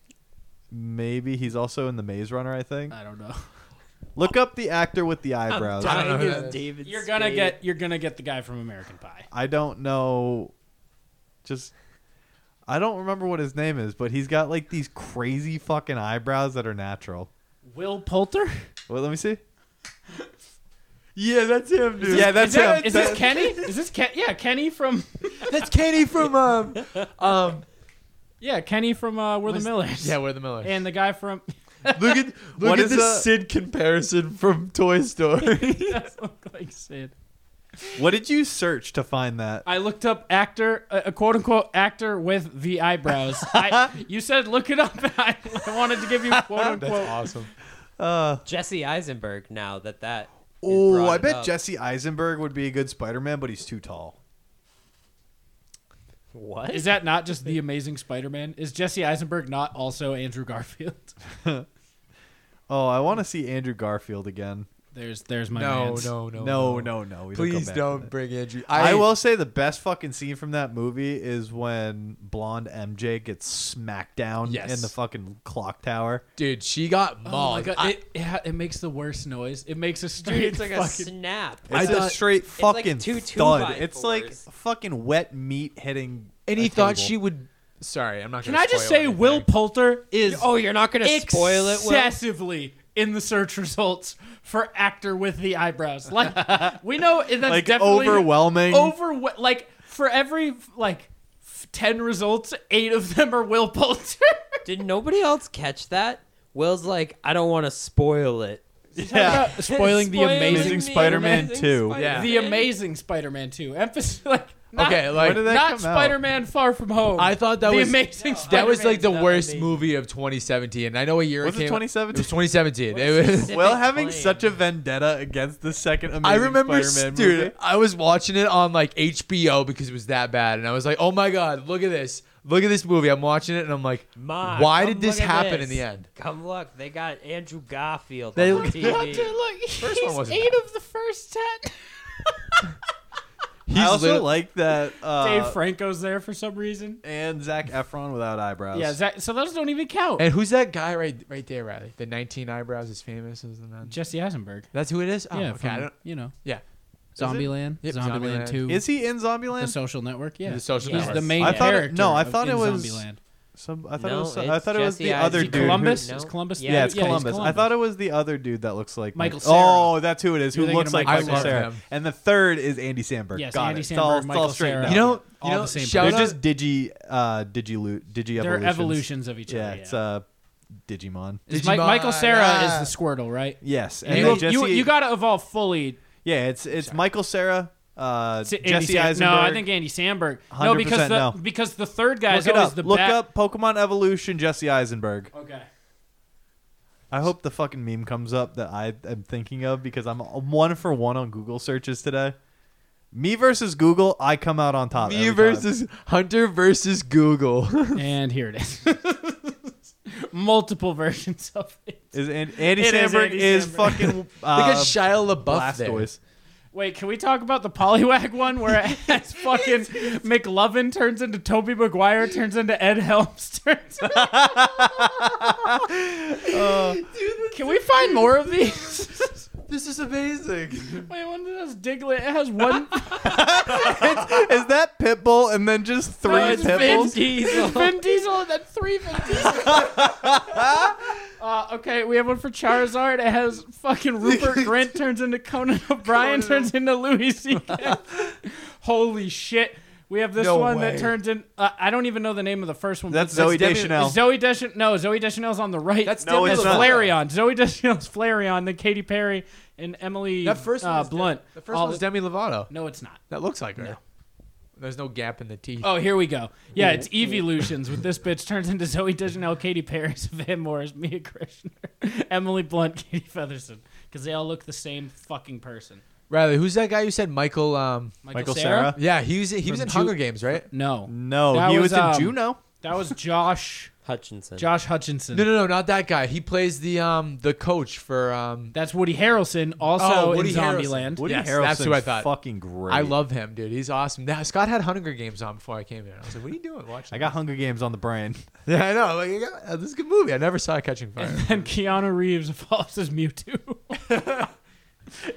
maybe he's also in the Maze Runner. I think. I don't know. Look up the actor with the eyebrows. I don't know who that is. David. You're gonna Spade. get you're gonna get the guy from American Pie. I don't know. Just I don't remember what his name is, but he's got like these crazy fucking eyebrows that are natural. Will Poulter? Wait, let me see. Yeah, that's him, dude. yeah, that's Is, that, him. is this Kenny? Is this Ken? Yeah, Kenny from that's Kenny from um, um. yeah Kenny from uh, We're the Millers. Yeah, we're the Millers. and the guy from look at What look at is the a- Sid comparison from Toy Story. Does look like Sid. What did you search to find that? I looked up actor, a a quote unquote actor with the eyebrows. I, you said look it up. and I, I wanted to give you quote unquote. awesome. Jesse Eisenberg. Now that that. it Oh, brought I it bet up. Jesse Eisenberg would be a good Spider-Man, but he's too tall. What? Is that not just the Amazing Spider-Man? Is Jesse Eisenberg not also Andrew Garfield? Oh, I want to see Andrew Garfield again. There's there's my No, mans. no, no, No, no, no. we don't go Please back to don't that. bring Andrew. I, will say the best fucking scene from that movie is when blonde MJ gets smacked down Yes. in the fucking clock tower. dude. She got Oh my mauled. god! I- it, it, ha- it makes the worst noise. It makes a straight. Dude, it's like a fucking, snap. It's I a thought- straight like fucking two two thud. by It's like fours. fucking wet meat hitting. and a he thought table. she would. Sorry, I'm not. can gonna I just spoil say Will anything. Poulter is oh, you're not gonna spoil it. Will? excessively in the search results for actor with the eyebrows. Like we know that's Like definitely overwhelming. Over like for every like f- ten results, eight of them are Will Poulter. Did nobody else catch that? Will's like, I don't want to spoil it. Yeah. Spoiling the amazing, Amazing Spider-Man 2. Yeah. the amazing Spider-Man two. Emphasis like not, Okay, like did that come not out? Spider-Man Far From Home. I thought that the was amazing. that was Spider-Man like the is not worst amazing. movie of 2017. I know a year Was it came. 2017? It was 2017. It was- Well, having claim. such a vendetta against the second Amazing I remember, Spider-Man dude, movie. I was watching it on like HBO because it was that bad, and I was like, "Oh my god, look at this! Look at this movie!" I'm watching it, and I'm like, Ma, "Why come did this look at happen this. in the end?" Come look, they got Andrew Garfield They- on the Look, dude, TV. look, First one he's wasn't eight of the first ten. He's I also lit- like that uh, Dave Franco's there for some reason. and Zach Efron without eyebrows. Yeah, Zach, so those don't even count. and who's that guy right right there, Riley? The 19 eyebrows is famous. Is the man. Jesse Eisenberg. That's who it is. Oh, yeah, okay. from, I don't, you know. yeah, Zombieland, Yep, Zombieland, Zombieland. 2, Is he in The Zombieland? Social Network. Yeah, the social. He's he's Network. the main I thought it- character. no, I of- thought it in was Zombieland. Some, I thought No, it was. it's I thought it was Jesse the other Is he dude. Eisenberg. who- Columbus? No. Is Columbus? Yeah, it's he's Columbus. I Columbus. thought it was the other dude that looks like Michael Sarah. Cera. Oh, that's who it is. You're who thinking looks of like Michael Michael Cera. Sarah. And the third is Andy Samberg. Yes, Got Andy it. It's all- Samberg, it's all Michael straightened Cera. out. You know, All you the know. same Shout they're out. just digi uh digiloot digi They're evolutions. evolutions of each Yeah, other. it's uh Digimon. Is Mi- Digimon, Michael Sarah ah. is the Squirtle, right? Yes, And and you, then will- you, Jesse- you got to evolve fully. yeah. It's it's Michael Sarah, uh, To Andy Jesse Sam- Eisenberg. No, I think Andy Samberg. No, 100% because the no. because the third guy look is it always up. the Look bad- up Pokemon Evolution Jesse Eisenberg. Okay. I hope the fucking meme comes up that I am thinking of because I'm one for one on Google searches today. Me versus Google, I come out on top. every Me time. Ah. versus Hunter versus Google. And here it is. Multiple versions of it. is Andy, Andy It is Samberg Andy is Samberg. fucking Look Um, at uh, Shia LaBeouf there. Blastoise. Wait, can we talk about the polywag one where it has fucking McLovin turns into Toby Maguire, turns into Ed Helms, turns Uh, Can we find more of these? This is amazing. Wait, one that has Diglett. It has one Is that Pitbull and then just three it's Vin Pitbulls? Diesel. Vin Diesel and then three Vin Diesel. uh, okay, we have one for Charizard. It has fucking Rupert Grint turns into Conan O'Brien, turns into Louis C.K. Holy shit. We have this No one that way. turns in. Uh, I don't even know the name of the first one. That's but Zoe Demi- Deschanel. Zoe Deschanel. No, Zoe Deschanel's on the right. That's No, Demi it's That's not. Lovato. Flareon. Zoe Deschanel's Flareon. Then Katy Perry and Emily That first one uh, is Demi- Blunt. The first All- one's Demi Lovato. no, it's not. That looks like her. There's no gap in the teeth. Oh, here we go. Yeah, it's Evolutions with this bitch turns into Zoe Deschanel, Katy Perry, Van Morris, Mia Krishner, Emily Blunt, Katie Featherston, because they all look the same fucking person. Riley, who's that guy you said Michael? Um, Michael Cera? Cera? yeah, he was he was From in Ju- Hunger Games, right? No, No, That he was, was, in um, Juno. that was Josh. Hutchinson. Josh Hutchinson. No, no, no, not that guy. He plays the um the coach for um. That's Woody Harrelson, also Oh, Woody in Harrelson. Zombieland. Woody Yes, Harrelson's that's who I thought. Fucking great. I love him, dude. He's awesome. Now, Scott had Hunger Games on before I came here. I was like, "What are you doing watching?" I got Hunger Games on the brain. this? yeah, I know. Like, I got- uh, this is a good movie. I never saw it Catching Fire. And Keanu Reeves evolves as Mewtwo.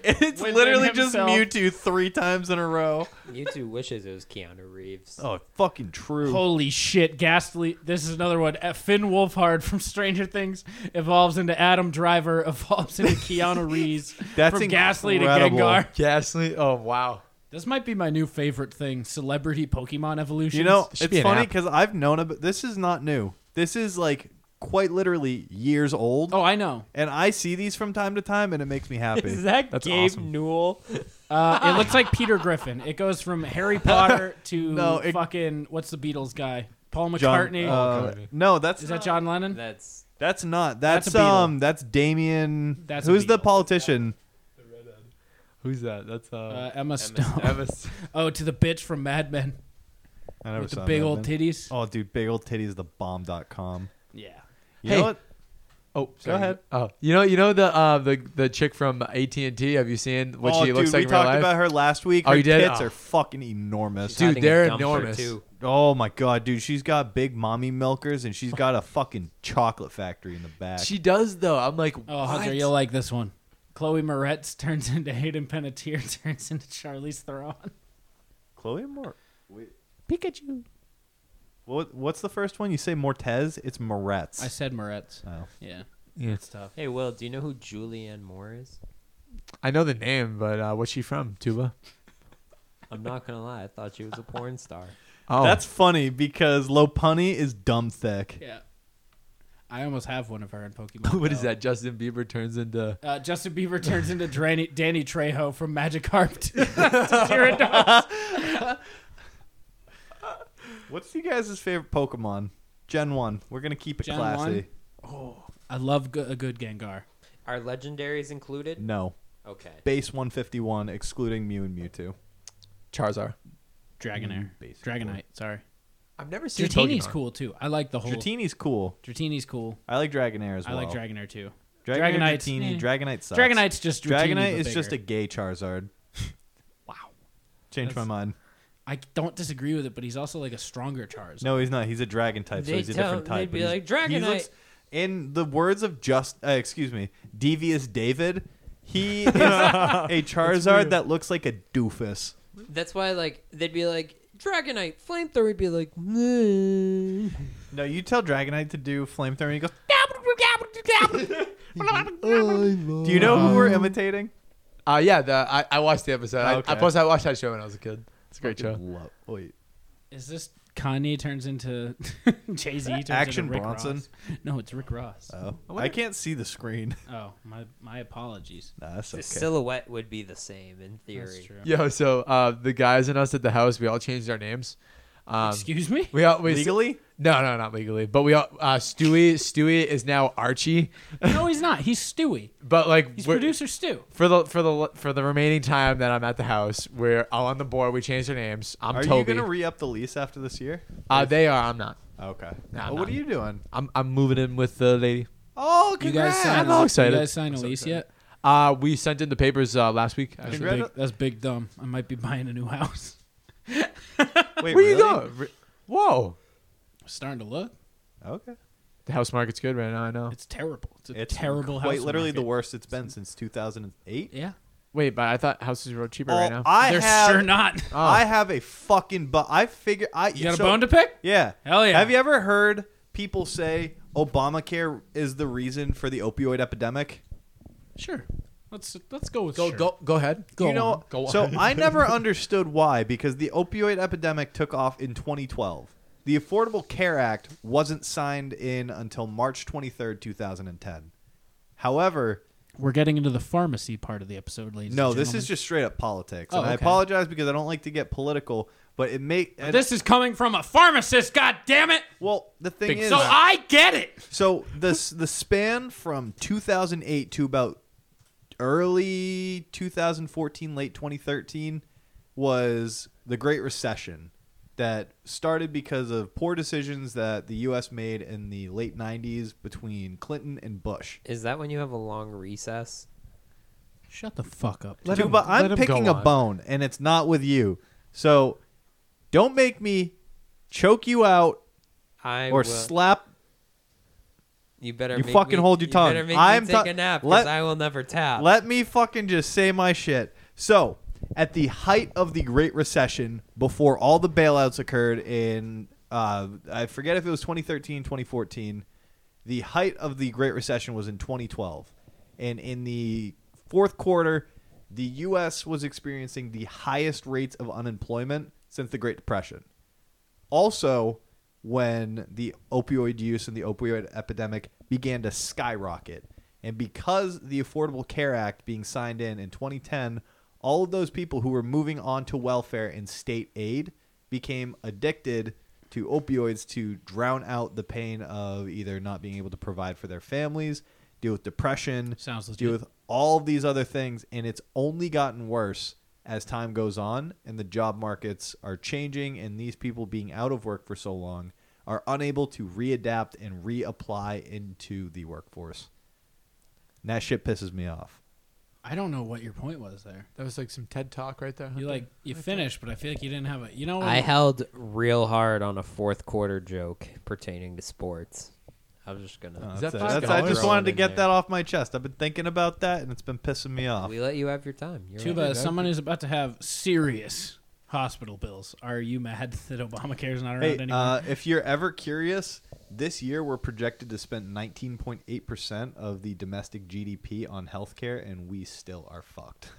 It's Within literally just himself. Mewtwo three times in a row. you two wishes it was Keanu Reeves. Oh, fucking true. Holy shit, Ghastly. This is another one. Uh, Finn Wolfhard from Stranger Things evolves into Adam Driver, evolves into Keanu Reeves. That's from Ghastly to incredible. Gengar. Ghastly. Oh wow. This might be my new favorite thing: celebrity Pokemon evolutions. you know, should be it's an funny app. because I've known about this is not new. This is like quite literally years old, oh, I know. and I see these from time to time, and it makes me Is happy. that That's Gabe awesome. Newell? Uh, it looks like Peter Griffin. It goes from Harry Potter to No, it- fucking what's the Beatles guy? Paul John- McCartney. uh, McCartney. no, that's is that not- John Lennon? That's That's not. That's, That's a Beatle. um. That's Damien. That's a who's the Beatle. politician? Who's that? That's uh, Emma Stone. Emma. Oh, to the bitch from Mad Men I never with the saw big that, old man. titties. Oh, dude, big old titties the bomb.com. Yeah. You Hey. know what? Oh, sorry. ahead. Oh, you know, you know the uh, the the chick from AT and T. Have you seen what oh, she looks dude, like we in real talked life? about her last week. Oh, her you did? tits Oh. are fucking enormous. Dude, hiding a they're dumper, enormous. too. Oh my god, dude, she's got big mommy milkers and she's got a fucking chocolate factory in the back. She does though. I'm like, Oh, Hunter, what? you'll like this one. Chloe Moretz turns into Hayden Panettiere, turns into Charlize Theron. Chloe Mor. Wait, Pikachu. what, what's the first one? You say Mortez? It's Moretz. I said Moretz. Oh. Yeah. Yeah, it's tough. Hey, Will, do you know who Julianne Moore is? I know the name, but uh, what's she from? Tuba. I'm not gonna lie, I thought she was a porn star. Oh, That's funny because Lopunny is dumb thick. Yeah. I almost have one of her in Pokemon. what is Go. that? Justin Bieber turns into. Uh, Justin Bieber turns into Dranny, Danny Trejo from Magikarp to, Gyarados. What's you guys' favorite Pokemon? Gen one. We're gonna keep it Gen classy. I love go- a good Gengar. Are legendaries included? No. Okay. Base one fifty one, excluding Mew and Mewtwo. Charizard. Dragonair. Mm, basically. Dragonite, sorry. I've never seen Dratini's Pokemon. cool too. I like the whole Dratini's cool. Dratini's cool. I like Dragonair as Oh. I well. like Dragonair too. Dragonair. Dragonite's- Dratini. eh. Dragonite sucks. Dragonite's just Dratini, Dragonite but is just a bigger. gay Charizard. wow. Changed my That's- mind. I don't disagree with it, but he's also like a stronger Charizard. No, he's not. He's a dragon type, so They he's a tell- different type. they'd be but he's- like, "Dragonite." he looks- in the words of just, uh, excuse me, devious David, he is a Charizard that looks like a doofus. That's why, like, they'd be like Dragonite, flamethrower. Would be like, "Nah." No, you tell Dragonite to do flamethrower, and he goes. do you know who we're imitating? Uh, yeah, the, I, I watched the episode. I, I, Okay. plus, I watched that show when I was a kid. It's a great show. Lo- Wait, Is this Kanye turns into Jay Z? turns Action into Rick Bronson? Ross? No, it's Rick Ross. oh, I, wonder- can't see the screen. oh, my my apologies. Nah, that's The okay. silhouette would be the same in theory. That's true. Yo, so uh, the guys and us at the house, we all changed our names. Um, Excuse me. we all we, Legally, No, no, not legally. But we all uh, Stewie. Stewie is now Archie. no, he's not. He's Stewie. But like He's we're- producer Stu. for the for the for the remaining time that I'm at the house, we're all on the board. We changed our names. I'm are Toby. you gonna re up the lease after this year? uh, they are. I'm not. Okay. Nah, Oh, what nah. are you doing? I'm I'm moving in with the lady. Oh, You guys congrats! sign. I'm all a- excited. You guys sign a I'm so lease excited. yet? Uh, we sent in the papers uh, last week. That's Actually. Congrats. big, that's big dumb. I might be buying a new house. Wait, Where really? you going? Re- Whoa. starting to look. Okay. The house market's good right now. I know. It's terrible. It's a terrible house. Quite literally the market. worst it's been since 2008. Yeah. Wait, but I thought houses were cheaper right now. Oh, I They're have, sure not. I have a fucking but I figure I You got so- a bone to pick? Yeah. Hell yeah. Have you ever heard people say Obamacare is the reason for the opioid epidemic? Sure. Let's let's go with go sure. go go ahead. Go you know, on. Go so on. I never understood why because the opioid epidemic took off in 2012. The Affordable Care Act wasn't signed in until March 23rd, 2010. However, We're getting into the pharmacy part of the episode, ladies. No, and this is gentlemen. just straight up politics. Oh, and I okay. apologize because I don't like to get political, but it may. and- This is coming from a pharmacist. God damn it! well, the thing is, So uh, I get it. so this the span from 2008 to about early 2014, late 2013 was the Great Recession that started because of poor decisions that the U.S. made in the late 90s between Clinton and Bush. Is that when you have a long recess? Shut the fuck up. Let him- Tuba, let I'm him go picking a on. bone, and it's not with you. So don't make me choke you out I or will- slap. You better. you make fucking me- hold your you tongue. Better make I'm me take ta- a nap let- because I will never tap. Let me fucking just say my shit. So, at the height of the Great Recession, before all the bailouts occurred in, uh, I forget if it was 2013, 2014, the height of the Great Recession was in 2012. And in the fourth quarter, the U.S. was experiencing the highest rates of unemployment since the Great Depression. also when the opioid use and the opioid epidemic began to skyrocket. And because the Affordable Care Act being signed in in 2010, all of those people who were moving on to welfare and state aid became addicted to opioids to drown out the pain of either not being able to provide for their families, deal with depression, Sounds legit. deal with all of these other things, and it's only gotten worse as time goes on and the job markets are changing and these people being out of work for so long are unable to readapt and reapply into the workforce. And that shit pisses me off. I don't know what your point was there. that was like some TED talk right there. You like you finished, but I feel like you didn't have a. You know, I when- held real hard on a fourth quarter joke pertaining to sports. I was just gonna. Is that That's it. five That's- I dollars? just wanted to Throw it in get there. that off my chest. I've been thinking about that and it's been pissing me off. we let you have your time. You're Tuba, right. someone is about to have serious hospital bills. Are you mad that Obamacare is not around Hey, anymore? uh, if you're ever curious, this year we're projected to spend 19.8% of the domestic GDP on healthcare, and we still are fucked.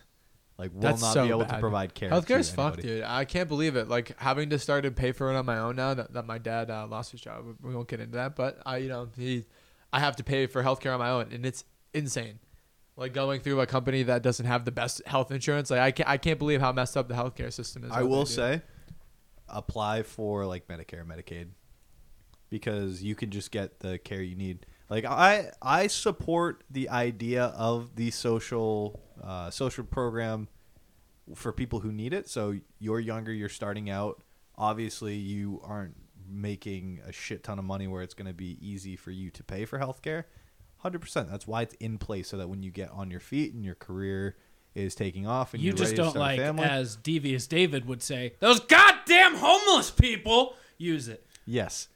Like, we'll That's not so be able to bad. provide care. Healthcare's to fucked, anybody. dude. I can't believe it. Like having to start to pay for it on my own now that, that my dad uh, lost his job. We- We won't get into that, but I, you know, he, I have to pay for healthcare on my own, and it's insane. Like going through a company that doesn't have the best health insurance. Like I can't, I can't believe how messed up the healthcare system is. I out will there, say, dude. apply for like Medicare, Medicaid, because you can just get the care you need. Like I, I support the idea of the social, uh, social program for people who need it. So you're younger, you're starting out. Obviously, you aren't making a shit ton of money where it's going to be easy for you to pay for healthcare. 100%. That's why it's in place so that when you get on your feet and your career is taking off and you are just ready to don't start a like, family. as devious David would say, those goddamn homeless people use it. Yes,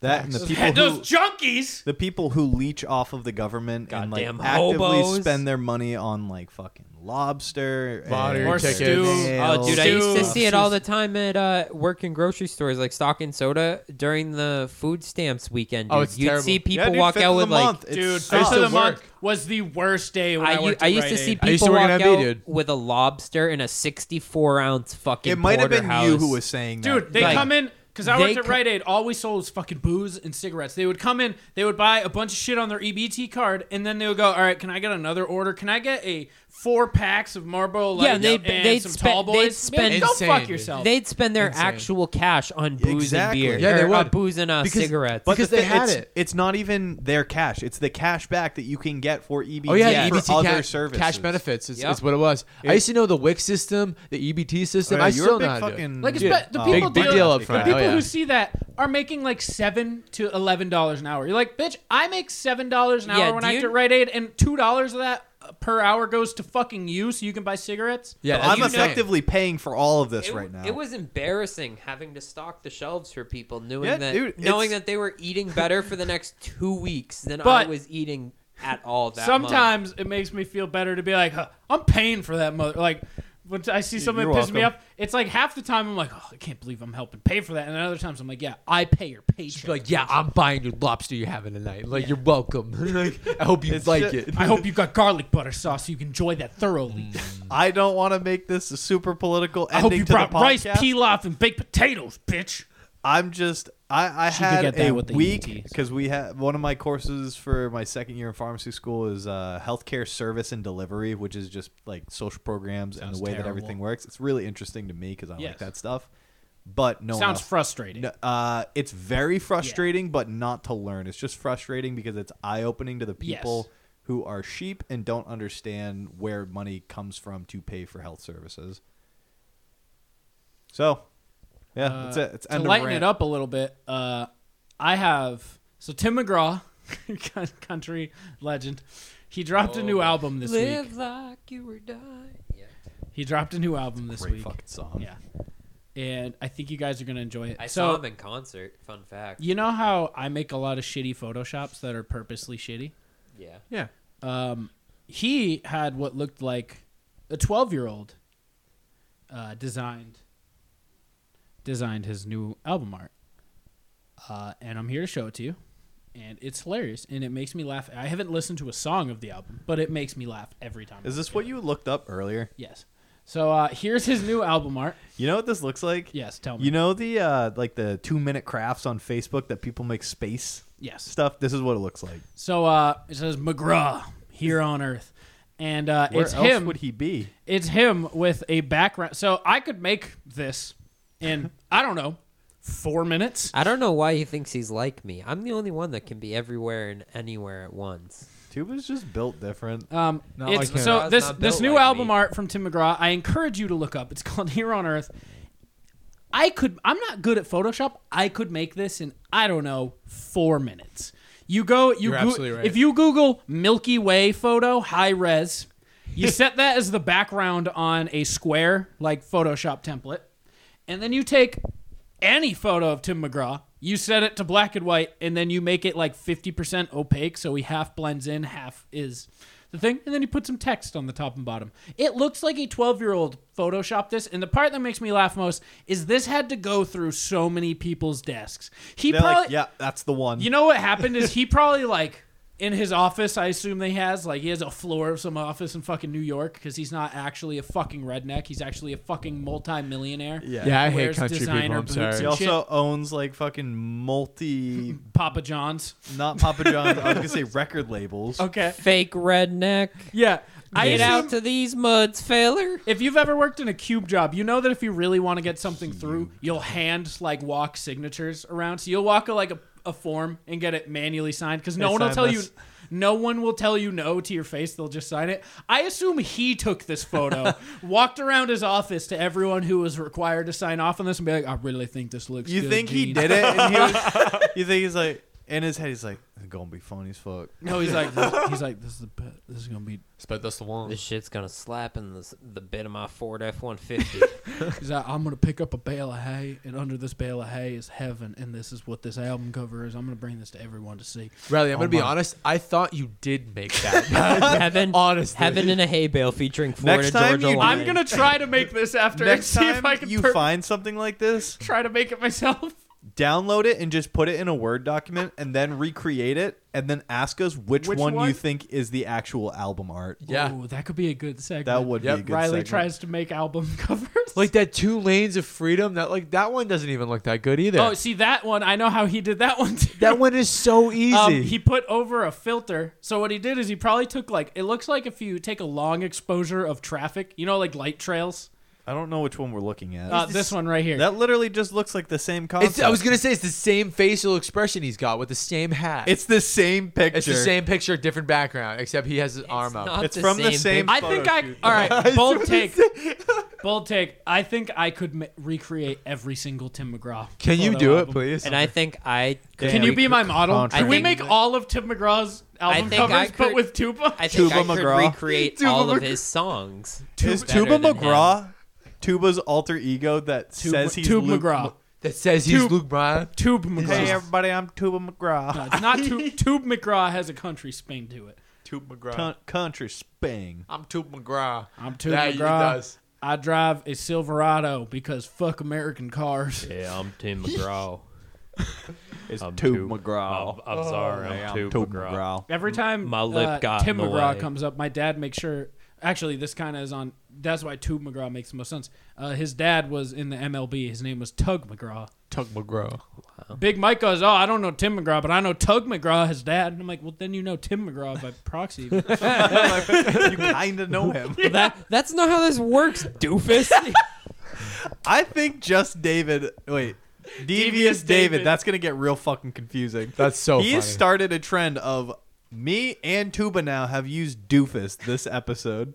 that and the Those- people those who junkies. the people who leech off of the government and Goddamn like actively hobos. spend their money on like fucking lobster, and Lottery Or tickets. stew. Oh, dude, I used Stew. to see it all the time at uh, work in grocery stores, like stocking soda during the food stamps weekend. Dude. Oh, it's You'd terrible. see people Yeah, dude, walk fifth out of with the like. month. It Dude, sucks. I used first of to the month work. was the worst day when I, I, u- worked at I used Rite to see Aid. people I used to work walk at out NIB, dude. with a lobster and a 64 ounce fucking. it might have been you porterhouse. who was saying that, Dude, they Like, come in because I they worked at co- Rite Aid. All we sold was fucking booze and cigarettes. They would come in, they would buy a bunch of shit on their EBT card, and then they would go, "All right, can I get another order? Can I get a four packs of Marlboro Lights Yeah, and they'd- and they'd some spe- Tall they'd Boys? spend- Man, go Insane, fuck dude. yourself." They'd spend their Insane. actual cash on booze Exactly. and beer. Yeah, they or, uh, would. booze and uh, Because- cigarettes. But Because the they thing- had it's, it. It's not even their cash; it's the cash back that you can get for EBT Oh yeah, Yeah, the EBT for other ca- services. cash benefits is, Yep. is what it was. I It- used to know the WIC system, the EBT Oh, system. yeah, I you're still a big know how to do it. fucking Like it's Dude, but the uh, people big deal, deal up the front, people oh, yeah. who see that are making like seven to eleven dollars an hour. You're like, bitch, I make seven dollars an Yeah, hour when do I you- get Rite Aid, and two dollars of that uh, per hour goes to fucking you, so you can buy cigarettes. Yeah, that's I'm what saying. effectively paying for all of this right now. It was embarrassing having to stock the shelves for people, knowing Yeah, that dude, knowing it's- that they were eating better for the next two weeks than But- I was eating at all. That month. Sometimes it makes me feel better to be like, huh, I'm paying for that mother. Like when I see something that you're pisses me welcome. off, it's like half the time I'm like, oh, I can't believe I'm helping pay for that, and other times I'm like, yeah, I pay your paycheck. Like, yeah, I'm buying your lobster you're having tonight. Like, you're welcome. like, I hope you It's like ju- it. I hope you got garlic butter sauce so you can enjoy that thoroughly. I don't want to make this a super political I hope Mm. ending you to brought the rice, podcast. pilaf, and baked potatoes, bitch. I'm just I I She could had get a that with the E week EBT, so- because we had one of my courses for my second year in pharmacy school is uh, healthcare service and delivery, which is just like social programs and Sounds the way that terrible. everything works. It's really interesting to me because I like Yes. that stuff. But no, one Sounds else- frustrating. no, uh, it's very frustrating, but not to learn. It's just frustrating because it's eye opening to the Yes. people who are sheep and don't understand where money comes from to pay for health services. So, yeah, that's Uh, it. It's to end of lighten rant. it up a little bit, uh, I have so Tim McGraw, country legend. He dropped a new album this live week. like you were dying. Yeah. He dropped a new album this Great week. fucking song. Yeah, and I think you guys are gonna enjoy it. I so saw him in concert. Fun fact. you know how I make a lot of shitty photoshops that are purposely shitty. Yeah. Yeah. Um, he had what looked like a twelve-year-old uh, designed designed his new album art, uh, and I'm here to show it to you. And it's hilarious, and it makes me laugh. I haven't listened to a song of the album, but it makes me laugh every time. Is I this look what at you looked up earlier? it. Yes. So uh, here's his new album art. You know what this looks like? Yes, tell me. You know the uh, like the two minute crafts on Facebook that people make space yes. stuff. This is what it looks like. So uh, it says McGraw here on Earth, and uh, Where it's else him. would he be? it's him with a background. So I could make this in I don't know four minutes. I don't know why he thinks he's like me. I'm the only one that can be everywhere and anywhere at once. Tuba's just built different. Um, Not it's- like him. so That's this not this built new like album me. art from Tim McGraw. I encourage you to look up. It's called Here on Earth. I could. I'm not good at Photoshop. I could make this in I don't know four minutes. You go. You You're goo- absolutely right. if you Google Milky Way photo high res, you set that as the background on a square like Photoshop template, and then you take any photo of Tim McGraw. You set it to black and white, and then you make it like 50% opaque, so he half blends in, half is the thing, and then he put some text on the top and bottom. It looks like a 12 year old photoshopped this, and the part that makes me laugh most is this had to go through so many people's desks. He They're probably, like, yeah, that's the one. you know what happened is he probably like in his office. I assume they has like he has a floor of some office in fucking New York because he's not actually a fucking redneck. He's actually a fucking multi-millionaire. yeah. Yeah, I hate Wears country people. designer I'm boots He sorry. and- also shit. owns like fucking multi, Papa John's. not Papa John's. I was gonna say record labels. Okay. Fake redneck. Yeah. I Get assume- out to these muds, feller. If you've ever worked in a cube job, you know that if you really want to get something through, you'll hand like walk signatures around. So you'll walk a, like a, a form and get it manually signed because no They one will sign tell this. you. No one will tell you no to your face. They'll just sign it. I assume he took this photo, walked around his office to everyone who was required to sign off on this, and be like, "I really think this looks." You good, think he Gene." did it? And he was, you think he's like in his head? He's like, "It's gonna be funny as fuck. No, he's like, this, he's like, "This is the best. This is gonna be." But that's the one. This shit's gonna slap in the, the bit of my Ford F one fifty. He's like, "I'm gonna pick up a bale of hay, and under this bale of hay is heaven, and this is what this album cover is. I'm gonna bring this to everyone to see." Riley, I'm gonna be my- honest. I thought you did make that. Heaven, Honestly. Heaven in a hay bale featuring Florida Next time Georgia you- Line. I'm gonna try to make this after and Next see if time I can you per- find something like this, try to make it myself. download it and just put it in a Word document, and then recreate it, and then ask us which, Which one, one? you think is the actual album art. yeah. Ooh, that could be a good segment. That would Yep. be a good. Riley segment. tries to make album covers. Like that two lanes of freedom. That like that one doesn't even look that good either. oh, see that one. I know how he did that one too. that one is so easy. Um, he put over a filter. So what he did is he probably took like it looks like if you take a long exposure of traffic, you know, like light trails. I don't know which one we're looking at. Uh, this one right here. That literally just looks like the same concept. it's, I was gonna say it's the same facial expression he's got with the same hat. It's the same picture. It's the same picture, different background, except he has his arm up. Not It's from the same. pic- I think I. All right, bold take. bold take. I think I could ma- recreate every single Tim McGraw. Can you photo do it, album. please? and I think I could Can you be recre- my model? contract. Can we I think- make all of Tim McGraw's album think I covers, but could- with Tupac? I think Tuba I could McGraw? recreate Tuba all of McGraw. his songs. Is better Tuba than him. McGraw Tuba's alter ego that Tube, says he's Tube Luke- McGraw. that says he's Tube- Luke Bryan. Tube McGraw. Hey everybody, I'm Tuba McGraw. No, it's not Tube, Tube McGraw has a country spin to it. Tube McGraw. Con- country spang. I'm Tube McGraw. I'm Tube Yeah, he McGraw. does. I drive a Silverado because fuck American cars. Yeah, I'm Tim McGraw. It's I'm Tube Tube. McGraw. I'm sorry, I'm Tuba Tuba McGraw. Every time My lip uh, got in Tim the McGraw way. comes up, my dad makes sure. Actually, this kind of is on. That's why Tube McGraw makes the most sense. Uh, his dad was in the MLB. His name was Tug McGraw. Tug McGraw. Big Mike goes, "Oh, I don't know Tim McGraw, but I know Tug McGraw, his dad." And I'm like, "Well, then you know Tim McGraw by proxy." you kinda know him. That that's not how this works, doofus. I think just David. Wait, devious Devious David. David. That's gonna get real fucking confusing. That's so He funny. started a trend of me and Tuba now have used doofus this episode.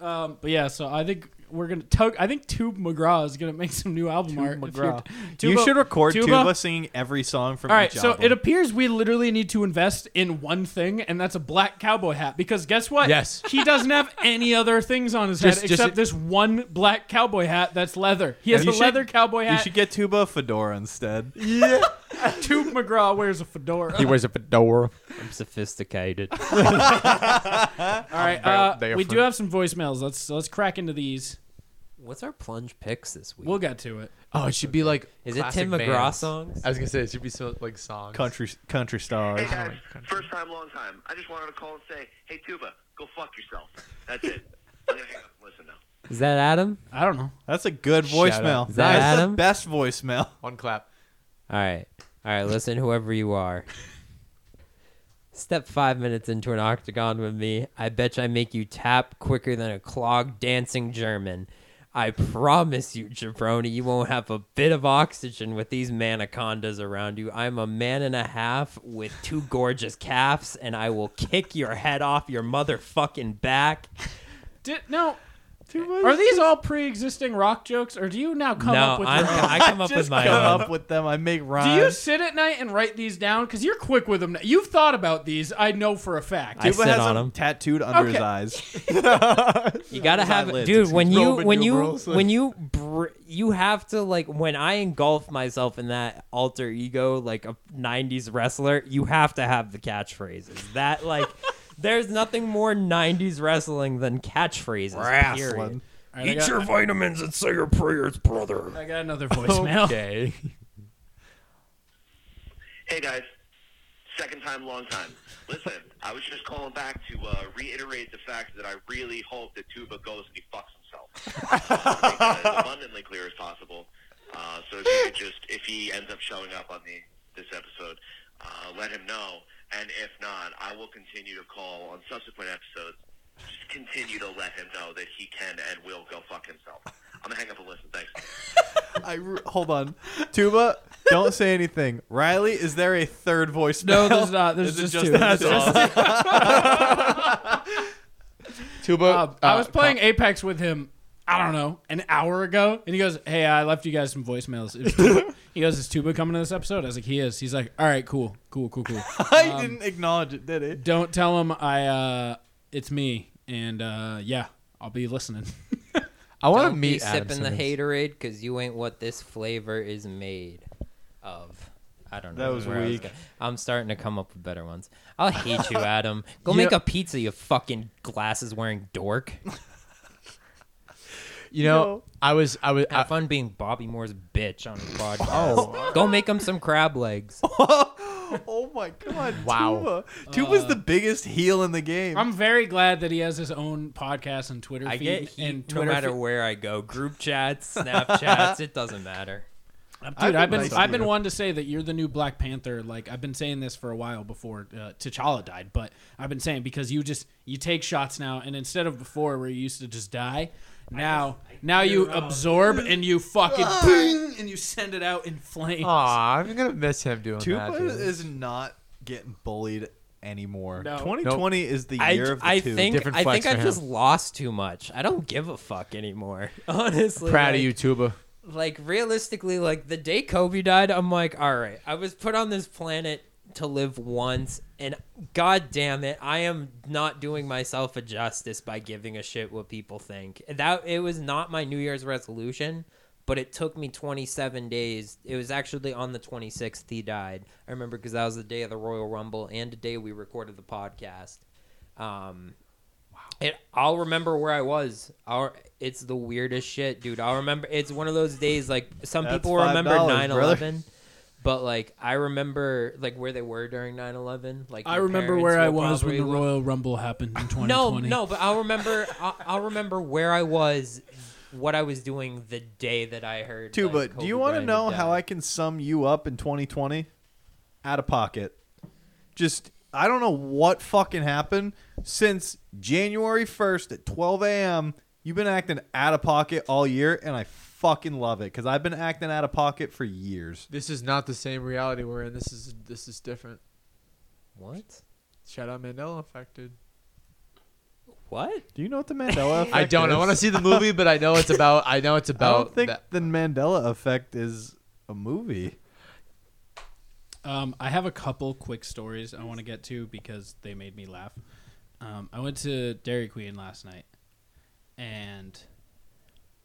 um, but yeah, so I think we're gonna Tug. I think Tube McGraw is gonna make some new album art. if you're- Tuba- you should record Tuba, Tuba. singing every song from All right, each so album. it appears we literally need to invest in one thing, and that's a black cowboy hat. Because guess what? Yes. he doesn't have any other things on his Just- head just- except this one black cowboy hat that's leather. He has You a should- leather cowboy you hat. should get Tuba a fedora instead. Tube McGraw wears a fedora. He wears a fedora. I'm sophisticated. All right, Well, uh, they are we fun. do have some voicemails. Let's let's crack into these. What's our plunge picks this week? We'll get to it. Oh, it should be like. Is it Tim classic McGraw bands. songs? I was gonna say it should be so like songs. Country, country stars. Hey guys, first time, long time. I just wanted to call and say, hey Tuba, go fuck yourself. That's it. I'm gonna hang up and listen now. Is that Adam? I don't know. That's a good voicemail. out. Is that That's the Adam? best voicemail. One clap. All right. All right, listen, whoever you are. Step five minutes into an octagon with me. I bet you I make you tap quicker than a clogged dancing German. I promise you, jabroni, you won't have a bit of oxygen with these manacondas around you. I'm a man and a half with two gorgeous calves, and I will kick your head off your motherfucking back. Did, no. Are these all pre-existing rock jokes, or do you now come no, up with? I'm, your own? I come up with Just my come own. up with them. I make Do you rhymes. sit at night and write these down? Because you're quick with them. You've thought about these. I know for a fact. I Tuba sit has on them him. tattooed under his Okay. eyes. You gotta have, eyelids, dude. excuse When me. you Roman when you numerals. when you br- you have to like when I engulf myself in that alter ego like a '90s wrestler, you have to have the catchphrases. That like There's nothing more 90s wrestling than catchphrases. Period. Wrestling. All right, I got- and say your prayers, brother. I got another voicemail. Okay. Hey guys, second time, long time. Listen, I was just calling back to uh, reiterate the fact that I really hope that Tuba goes and he fucks himself. Uh, make that as abundantly clear as possible. Uh, so if you could just, if he ends up showing up on the this episode, uh, let him know. And if not, I will continue to call on subsequent episodes. Just continue to let him know that he can and will go fuck himself. I'm gonna hang up and listen. Thanks. I re- hold on, Tuba. Don't say anything. Riley, is there a third voice? No, there's not. There's Is just, it two. That's all. Tuba, Um, I was playing Apex with him. I don't know, an hour ago, and he goes, "Hey, I left you guys some voicemails." It was Tuba. he goes, "Is Tuba coming to this episode?" I was like, "He is." He's like, "All right, cool, cool, cool, cool." I didn't acknowledge it, did it? Don't tell him I. uh It's me, and uh yeah, I'll be listening. I want to Don't be meet Adam sipping the Simmons. haterade because you ain't what this flavor is made of. I don't know. That was where I weak. go- I'm starting to come up with better ones. I'll hate you, Adam. Go make a pizza, you fucking glasses wearing dork. You know, I was, I was, I, Have fun being Bobby Moore's bitch on his podcast. Oh, go make him some crab legs. Oh my god! Wow. Tuba. Tuba's the biggest heel in the game. I'm very glad that he has his own podcast and Twitter I feed get heat and no Twitter matter feed- where I go. Group chats, Snapchats, it doesn't matter. Dude, I've been nice to I've been you. one to say that you're the new Black Panther. Like I've been saying this for a while before uh, T'Challa died, but I've been saying because you just you take shots now, and instead of before where you used to just die, now now you absorb and you fucking bing, and you send it out in flames. aw, I'm gonna miss him doing that. Tuba dude. is not getting bullied anymore. No. 2020 is the I, year of the I two. think Different I flex think I've for him. just lost too much. I don't give a fuck anymore. Honestly, Proud like- of you, Tuba. like realistically, like the day Kobe died, I'm like, all right, I was put on this planet to live once, and god damn it, I am not doing myself a justice by giving a shit what people think. That it was not my New Year's resolution, but it took me 27 days. It was actually on the 26th he died. I remember because that was the day of the Royal Rumble and the day we recorded the podcast. Um, it, I'll remember where I was. I'll, it's the weirdest shit, dude. I'll remember. It's one of those days like some That's people remember $5, 9 brother. 11, but like I remember like where they were during 9 11. Like I your remember parents where were I was when probably the lo- Royal Rumble happened in 2020. No, no, but I'll remember. I'll, I'll remember where I was, what I was doing the day that I heard. Tuba, like, do you want want to know how I can sum you up in 2020? Out of pocket. Just, I don't know what fucking happened since January 1st at 12 a.m. You've been acting out of pocket all year, and I fucking love it because I've been acting out of pocket for years. This is not the same reality we're in. This is this is different. What? Shout out Mandela affected. What? Do you know what the Mandela effect I don't. I is? want to see the movie, but I know it's about. I know it's I about. don't think that- the Mandela effect is a movie. Um, I have a couple quick stories I want to get to because they made me laugh. Um, I went to Dairy Queen last night, and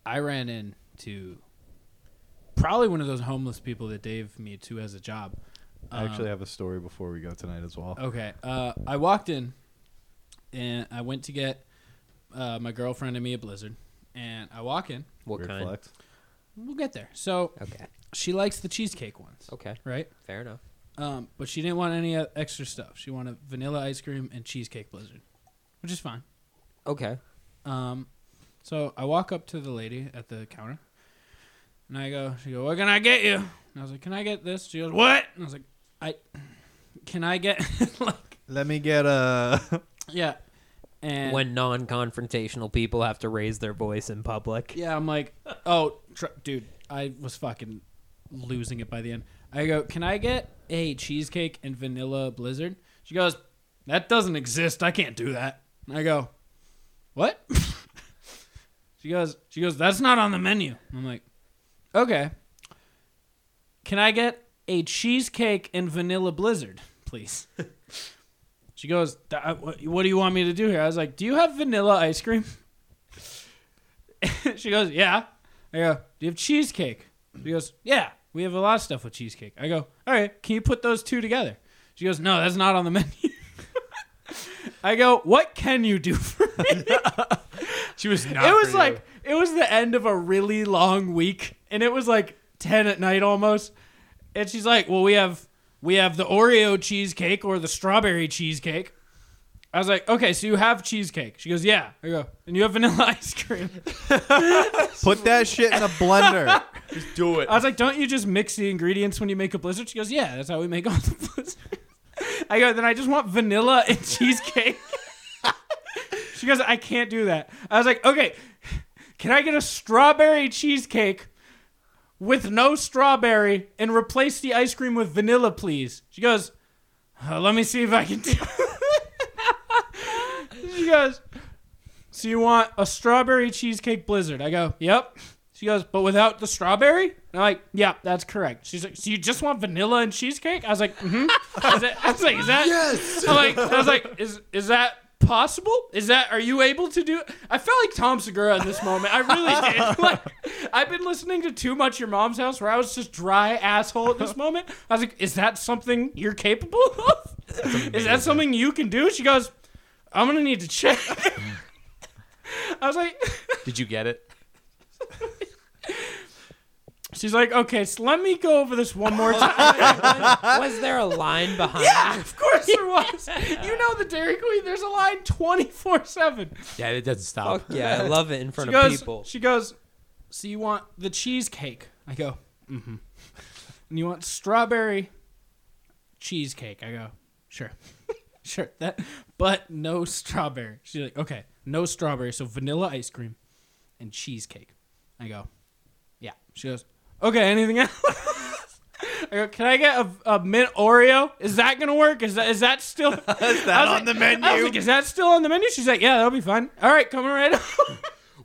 I ran into probably one of those homeless people that Dave me to as a job. I actually have a story before we go tonight as well. Okay, uh, I walked in, and I went to get uh, my girlfriend and me a Blizzard, and I walk in. What Weird kind? flex. We'll get there. So Okay. she likes the cheesecake ones, Okay. right? Fair enough. Um, but she didn't want any uh, extra stuff. She wanted vanilla ice cream and cheesecake blizzard, which is fine. Okay. Um, so I walk up to the lady at the counter, and I go, she go, what can I get you? And I was like, can I get this? She goes, what? And I was like, I, can I get like, Let me get a. yeah, and when non-confrontational people have to raise their voice in public. Yeah, I'm like, oh, tr- dude, I was fucking losing it by the end. I go, can I get a cheesecake and vanilla blizzard? She goes, that doesn't exist. I can't do that. And I go, what? she goes, she goes, that's not on the menu. I'm like, okay. Can I get a cheesecake and vanilla blizzard, please? she goes, "Th- I- what what do you want me to do here? I was like, do you have vanilla ice cream? she goes, Yeah. I go, Do you have cheesecake? She goes, Yeah, we have a lot of stuff with cheesecake. I go, All right, can you put those two together? She goes, No, that's not on the menu. I go, what can you do for me? she was It was like it was the end of a really long week, and it was like ten at night almost. And she's like, "Well, we have we have the Oreo cheesecake or the strawberry cheesecake." I was like, "Okay, so you have cheesecake?" She goes, "Yeah." I go, "And you have vanilla ice cream?" Put that shit in a blender. Just do it. I was like, "Don't you just mix the ingredients when you make a blizzard?" She goes, "Yeah, that's how we make all the blizzards." I go, "Then I just want vanilla and cheesecake." she goes, "I can't do that." I was like, "Okay, can I get a strawberry cheesecake with no strawberry and replace the ice cream with vanilla, please?" She goes, "Uh, "Let me see if I can do." it." she goes, "So you want a strawberry cheesecake blizzard?" I go, "Yep." She goes, but without the strawberry? And I'm like, yeah, that's correct. She's like, so you just want vanilla and cheesecake? I was like, mm-hmm. I was like- I was like, is that? Yes. I'm like, I was like, is is that possible? Is that? Are you able to do? It? I felt like Tom Segura in this moment. I really did. Like, I've been listening to too much Your Mom's House, where I was just dry asshole at this moment. I was like, is that something you're capable of? Is that something you can do? She goes, I'm gonna need to check. I was like. Did you get it? She's like, okay, so let me go over this one more time. Was there a line behind? yeah, of course there was. You know the Dairy Queen, there's a line 24 7. Yeah, it doesn't stop. Fuck yeah, I love it in front She of goes, people. she goes, so you want the cheesecake? I go, mm hmm. And you want strawberry cheesecake? I go, sure. sure. That, But no strawberry. She's like, okay, no strawberry. So vanilla ice cream and cheesecake. I go, yeah. She goes, okay, anything else? I go, can I get a, a mint Oreo? Is that gonna work? Is that is that still is that on the menu? I was like, is that still on the menu? She's like, yeah, that'll be fine. All right, coming right up.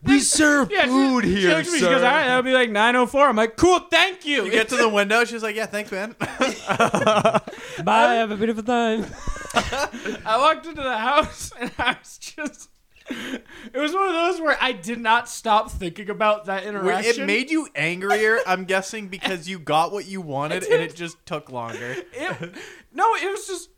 We serve yeah, she- food she, here, looks at me, sir. She goes, all right, that'll be like 904. I'm like, cool, thank you. You get to the window. She's like, "Yeah, thanks, man." Bye, have a beautiful time. I walked into the house and I was just. It was one of those where I did not stop thinking about that Where interaction. it made you angrier, I'm guessing, because you got what you wanted and it just took longer. it, no, it was just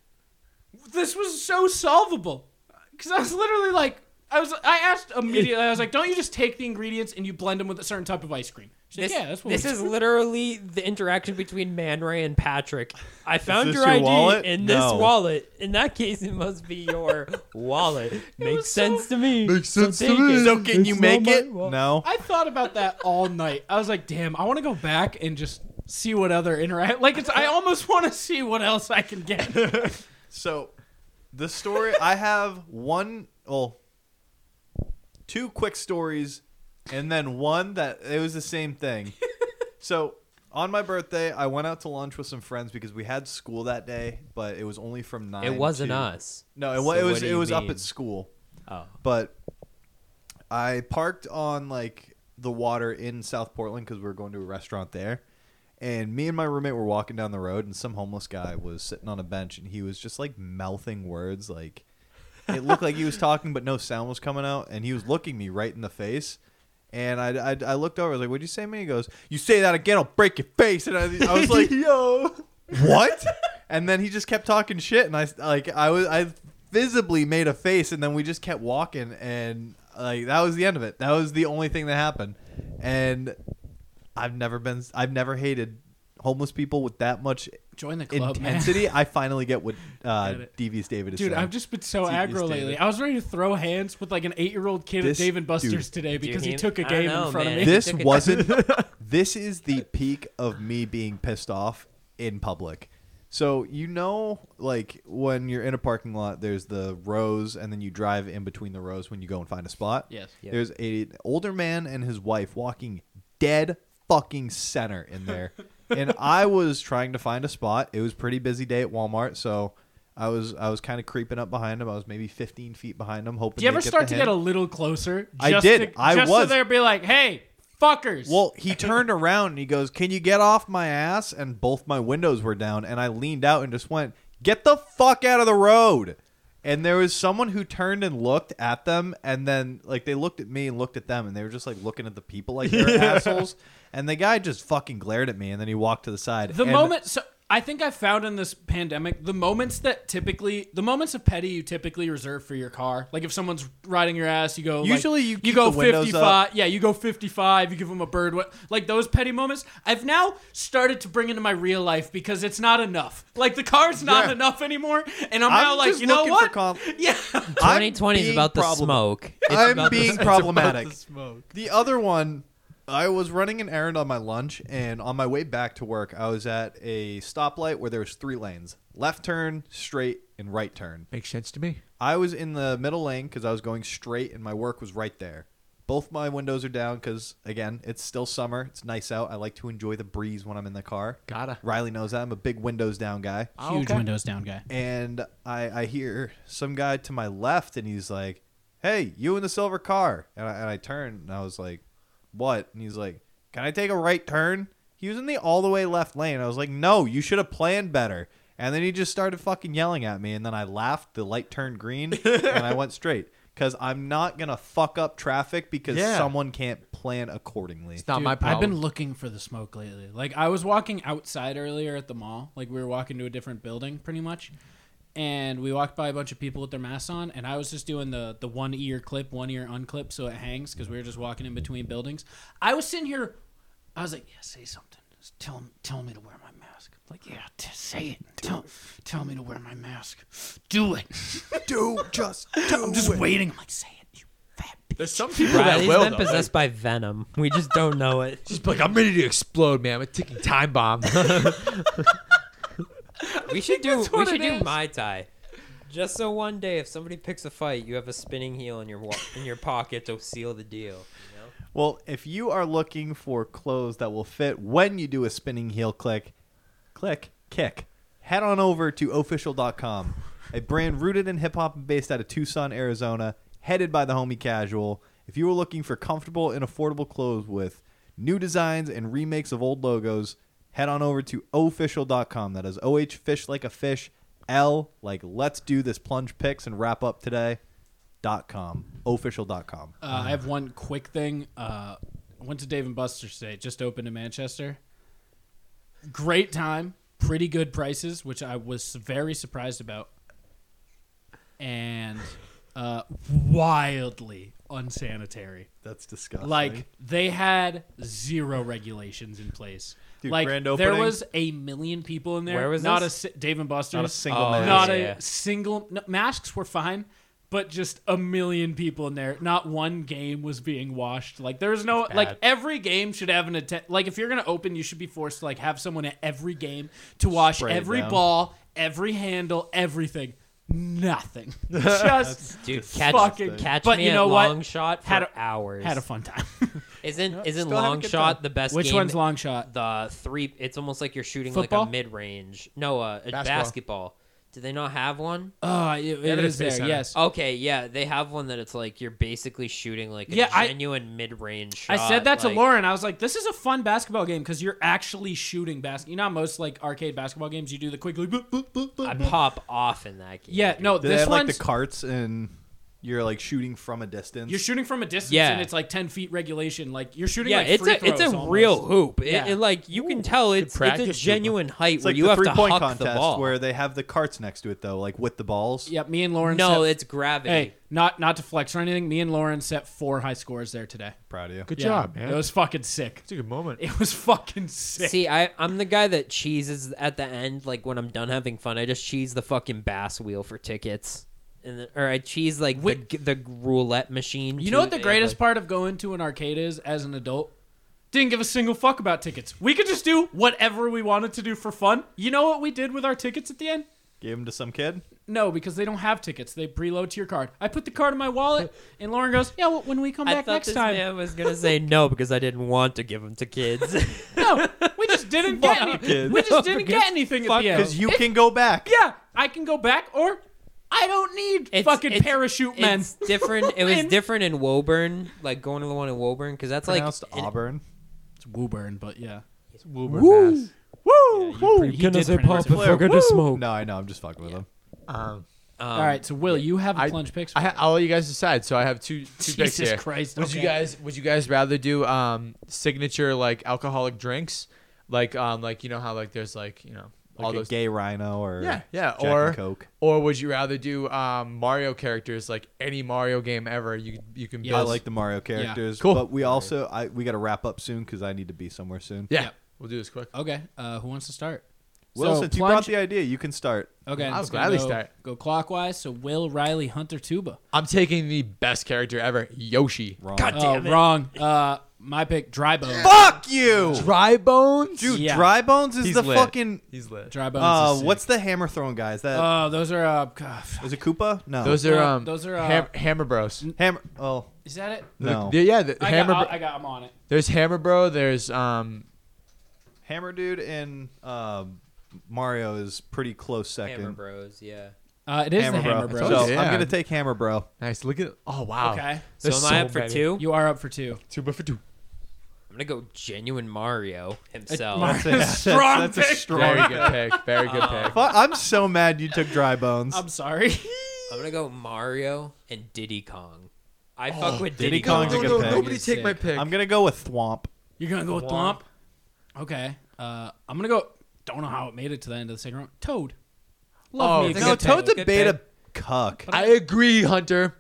this was so solvable because I was literally like, I was, I asked immediately, I was like, don't you just take the ingredients and you blend them with a certain type of ice cream? She's This, like, yeah, that's what this we is literally the interaction between Man Ray and Patrick. I found this your, your ID wallet? in this No. wallet. In that case, it must be your wallet. Makes was so- sense to me. Makes sense to me. So can you It's make not my it? wallet. No. I thought about that all night. I was like, damn, I want to go back and just see what other interact. Like, it's, I almost want to see what else I can get. So, the story I have one, well, two quick stories, and then one that it was the same thing. so, on my birthday, I went out to lunch with some friends because we had school that day, but it was only from nine. It wasn't to- us. No, it, So wa- it what was do it you was up mean? at school, Oh. but I parked on like the water in South Portland because we were going to a restaurant there. And me and my roommate were walking down the road, and some homeless guy was sitting on a bench, and he was just like mouthing words. Like it looked like he was talking, but no sound was coming out, and he was looking me right in the face. And I, I, I looked over, I was like, "What'd you say, to me?" He goes, "You say that again, I'll break your face." And I, I was like, "Yo, what?" And then he just kept talking shit, and I like I was I visibly made a face, and then we just kept walking, and like that was the end of it. That was the only thing that happened, and I've never been I've never hated homeless people with that much Join the club, man. intensity. I finally get what uh, Get it. Devious David is Dude, saying. I've just been so Devious aggro lately. David. I was ready to throw hands with like an eight-year-old kid This at Dave and Buster's dude- today because he- he took a I don't game know, in front man. of me. this took a- wasn't this is the peak of me being pissed off in public so you know like when you're in a parking lot there's the rows and then you drive in between the rows when you go and find a spot Yes. Yep. there's a older man and his wife walking dead fucking center in there and i was trying to find a spot it was a pretty busy day at walmart so I was I was kind of creeping up behind him. I was maybe 15 feet behind him, hoping. Do you ever to get start the to hint. get a little closer? I Just did. To, I just was. So they'd be like, "Hey, fuckers." Well, he turned around and he goes, "Can you get off my ass?" And both my windows were down, and I leaned out and just went, "Get the fuck out of the road!" And there was someone who turned and looked at them, and then like they looked at me and looked at them, and they were just like looking at the people like they're assholes. And the guy just fucking glared at me, and then he walked to the side. the And moment so. I think I found in this pandemic the moments that typically the moments of petty you typically reserve for your car. Like if someone's riding your ass, you go Usually like, you you keep go the windows 55. Yeah, you go 55. You give them a bird. What like those petty moments? I've now started to bring into my real life because it's not enough. Like the car's not Yeah. enough anymore, and I'm, I'm now like just you know looking what? for com- yeah, 2020 is about the smoke. It's I'm about the- being it's about problematic. the smoke. The other one, I was running an errand on my lunch, and on my way back to work, I was at a stoplight where there was three lanes: left turn, straight, and right turn. Makes sense to me. I was in the middle lane because I was going straight, and my work was right there. Both my windows are down because, again, it's still summer. It's nice out. I like to enjoy the breeze when I'm in the car. Gotta. Riley knows that. I'm a big windows down guy huge windows down guy. and I, I hear some guy to my left, and he's like, "Hey, you in the silver car?" And I, and I turn, and I was like, "What?" And he's like, "Can I take a right turn?" He was in the all the way left lane. I was like, "No, you should have planned better." And then he just started fucking yelling at me, and then I laughed. The light turned green, and I went straight because I'm not gonna fuck up traffic because Yeah. someone can't plan accordingly. It's not Dude, my problem. I've been looking for the smoke lately. Like I was walking outside earlier at the mall. Like we were walking to a different building, pretty much, and we walked by a bunch of people with their masks on. And I was just doing the the one ear clip, one ear unclip, so it hangs because we were just walking in between buildings. I was sitting here. I was like, yeah, say something. Just tell 'em- tell me to wear my mask. I'm like, yeah, t- say it. Tell tell me to wear my mask. Do it. do just I'm just waiting. I'm like, say it. You fat bitch. There's some people Riley's that will. been though. possessed by venom. We just don't know it. Just like I'm ready to explode, man. I'm a ticking time bomb. we should do. that's We what should it do is. mai tai. Just so one day, if somebody picks a fight, you have a spinning heel in your wa- in your pocket to seal the deal. You know? Well, if you are looking for clothes that will fit when you do a spinning heel click, click, kick, head on over to official.com, a brand rooted in hip hop and based out of Tucson, Arizona, headed by the homie Casual. If you are looking for comfortable and affordable clothes with new designs and remakes of old logos, head on over to official.com. That is O H fish like a fish, L like let's do this plunge picks and wrap up today. Dot com, official.com. Uh, I have one quick thing. Uh, I went to Dave and Buster's today. It Just opened in Manchester. Great time, pretty good prices, which I was very surprised about, and uh, wildly unsanitary. That's disgusting. Like they had zero regulations in place. Dude, like grand there opening? was a million people in there. Where was not this? a si- Dave and Buster's? Not a single Oh, man. yeah. not a single no, masks were fine but just a million people in there not one game was being washed like there's no That's like bad. every game should have an attempt like if you're gonna open you should be forced to like have someone at every game to wash Spray it every down. ball every handle everything nothing just Dude, catch fucking catch but me you know at what long shot for Had a- hours. had a fun time isn't isn't still having a long good shot time. the best? which game? one's long shot The three. It's almost like you're shooting Football? like a mid range. No, uh, a Basketball. basketball. Do they not have one? oh it, it it is is there Space Center. yes Okay, yeah, they have one that it's like you're basically shooting like a Yeah, I- genuine mid range I shot. said that to like- Lauren. I was like, "This is a fun basketball game because you're actually shooting basket. You know, how most like arcade basketball games, you do the quick. Like, boop, boop, boop, boop, I boop. pop off in that game. Yeah, dude. no, Do they this have like one's the carts and you're like shooting from a distance? you're shooting from a distance, Yeah. and it's like ten feet regulation. Like you're shooting. Yeah, like, it's free a it's a throws almost. real hoop. It, Yeah. it, like you can tell it's it's practice, a Luca. genuine height it's where like you the have three to point huck the contest ball. where they have the carts next to it though, like with the balls. Yep, me and Lauren. no, set, it's gravity. hey, not not to flex or anything. Me and Lauren set four high scores there today. Proud of you. Good Yeah, job, man. It was fucking sick. it's a good moment. It was fucking sick. See, I I'm the guy that cheeses at the end. Like when I'm done having fun, I just cheese the fucking bass wheel for tickets, and then, or I cheese like the, the roulette machine. You too, know what the that greatest like- part of going to an arcade is as an adult? Didn't give a single fuck about tickets. We could just do whatever we wanted to do for fun. You know what we did with our tickets at the end? Give them to some kid. No, because they don't have tickets. They preload to your card. I put the card in my wallet, and Lauren goes, "Yeah, well, when we come I back thought next this time." man was gonna say no because I didn't want to give them to kids. No, we just didn't get Fuck any- kids. we No, just didn't because get anything at fuck the end. Because you It- can go back. yeah, I can go back, or I don't need It's- fucking it's- parachute men. It's different. It was Men. different in Woburn, like going to the one in Woburn, because that's like Pronounced an- Auburn. It's Woburn, but yeah, Wilbur Bass. Yeah, you pre- he did pronounce it Woo! No, I know. I'm just fucking with them. Um, um, All right, so Will, you have a I- plunge picks. I ha- I'll let you guys decide. So I have two two picks Jesus here. Christ, Would you okay. guys Would you guys rather do um signature like alcoholic drinks, like um like you know how like there's like you know Like all a those gay rhino or yeah yeah Jack and or Coke. or would you rather do um, Mario characters like any Mario game ever? You you can build. I like the Mario characters. Cool. But we also I we got to wrap up soon because I need to be somewhere soon. Yeah. We'll do this quick. Okay. Uh, who wants to start? Well, So, since you brought the idea, you can start. Okay. I'll it's gonna gladly go- start. Go clockwise. So Will, Riley, Hunter, Tuba. I'm taking the best character ever, Yoshi. Wrong. God Oh, damn it. wrong. Uh, my pick, Dry Bones. Fuck you, Dry bones. dude. Yeah. Dry Bones is He's the lit. fucking. He's lit. Dry Bones. Uh, is sick. what's the hammer throwing guy? Is that is Oh, those are uh. God, fuck. it Koopa? No. Those are No, um. those are, uh, Ham- Hammer Bros. hammer. Oh Is that it? no. The- yeah, the I Hammer. got. Bro- I, I got. I'm on it. there's Hammer Bro. There's um. hammer dude and um, Mario is pretty close second. Hammer Bros. Yeah. Uh, it is Hammer the Hammer bro. Bros. So Oh, yeah. I'm gonna take hammer bro. Nice. Look at. Oh wow. Okay. So, There's am I so up for many. two? You are up for two. Two but for two. I'm gonna go genuine Mario himself. That's, strong that's, a strong Very good pick. Very good pick. Fu- I'm so mad you took dry bones. I'm sorry. I'm gonna go Mario and Diddy Kong. I fuck with Diddy Diddy, Kong's a Kong. good pick. nobody Sick. take my pick. I'm gonna go with Thwomp. You're gonna go with Thwomp. Okay. Uh, I'm gonna go. Don't know how it made it to the end of the second round. Toad. Love Oh, me. a No, good pick. Toad's a Good beta cuck. I agree, Hunter.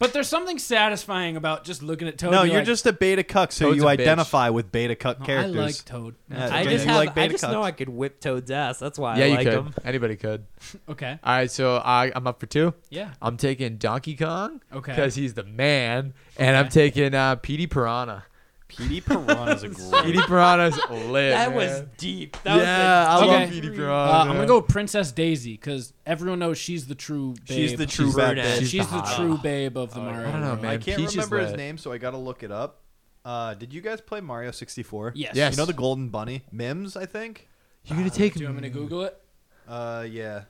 But there's something satisfying about just looking at Toad. No, and be you're like, just a beta cuck, so Toad's you a bitch. identify with beta cuck "No, characters. I like Toad. Yeah, I Okay. just You have. like I beta just cocks. know I could whip Toad's ass. That's why yeah, I you like could. him. Anybody could. Okay. All right, so I, I'm up for two. Yeah. I'm taking Donkey Kong. Okay. Because he's the man, and I'm taking uh, Petey Piranha. Petey Piranha's a great. Petey Piranha's lit. That man. was deep. That yeah, I was a love Okay. Petey Uh, Piranha. I'm gonna go with Princess Daisy because everyone knows she's the true. Babe. She's the true Brunette. bad bitch. She's, She's the, the hot- true babe of the Mario. I don't know, world. man. I can't Peach is remember his lit. name, so I gotta look it up. Uh, did you guys play Mario 64? Yes. Yes. You know the golden bunny, Mims, I think. You're gonna take. Do you want me to Google it? Uh, yeah.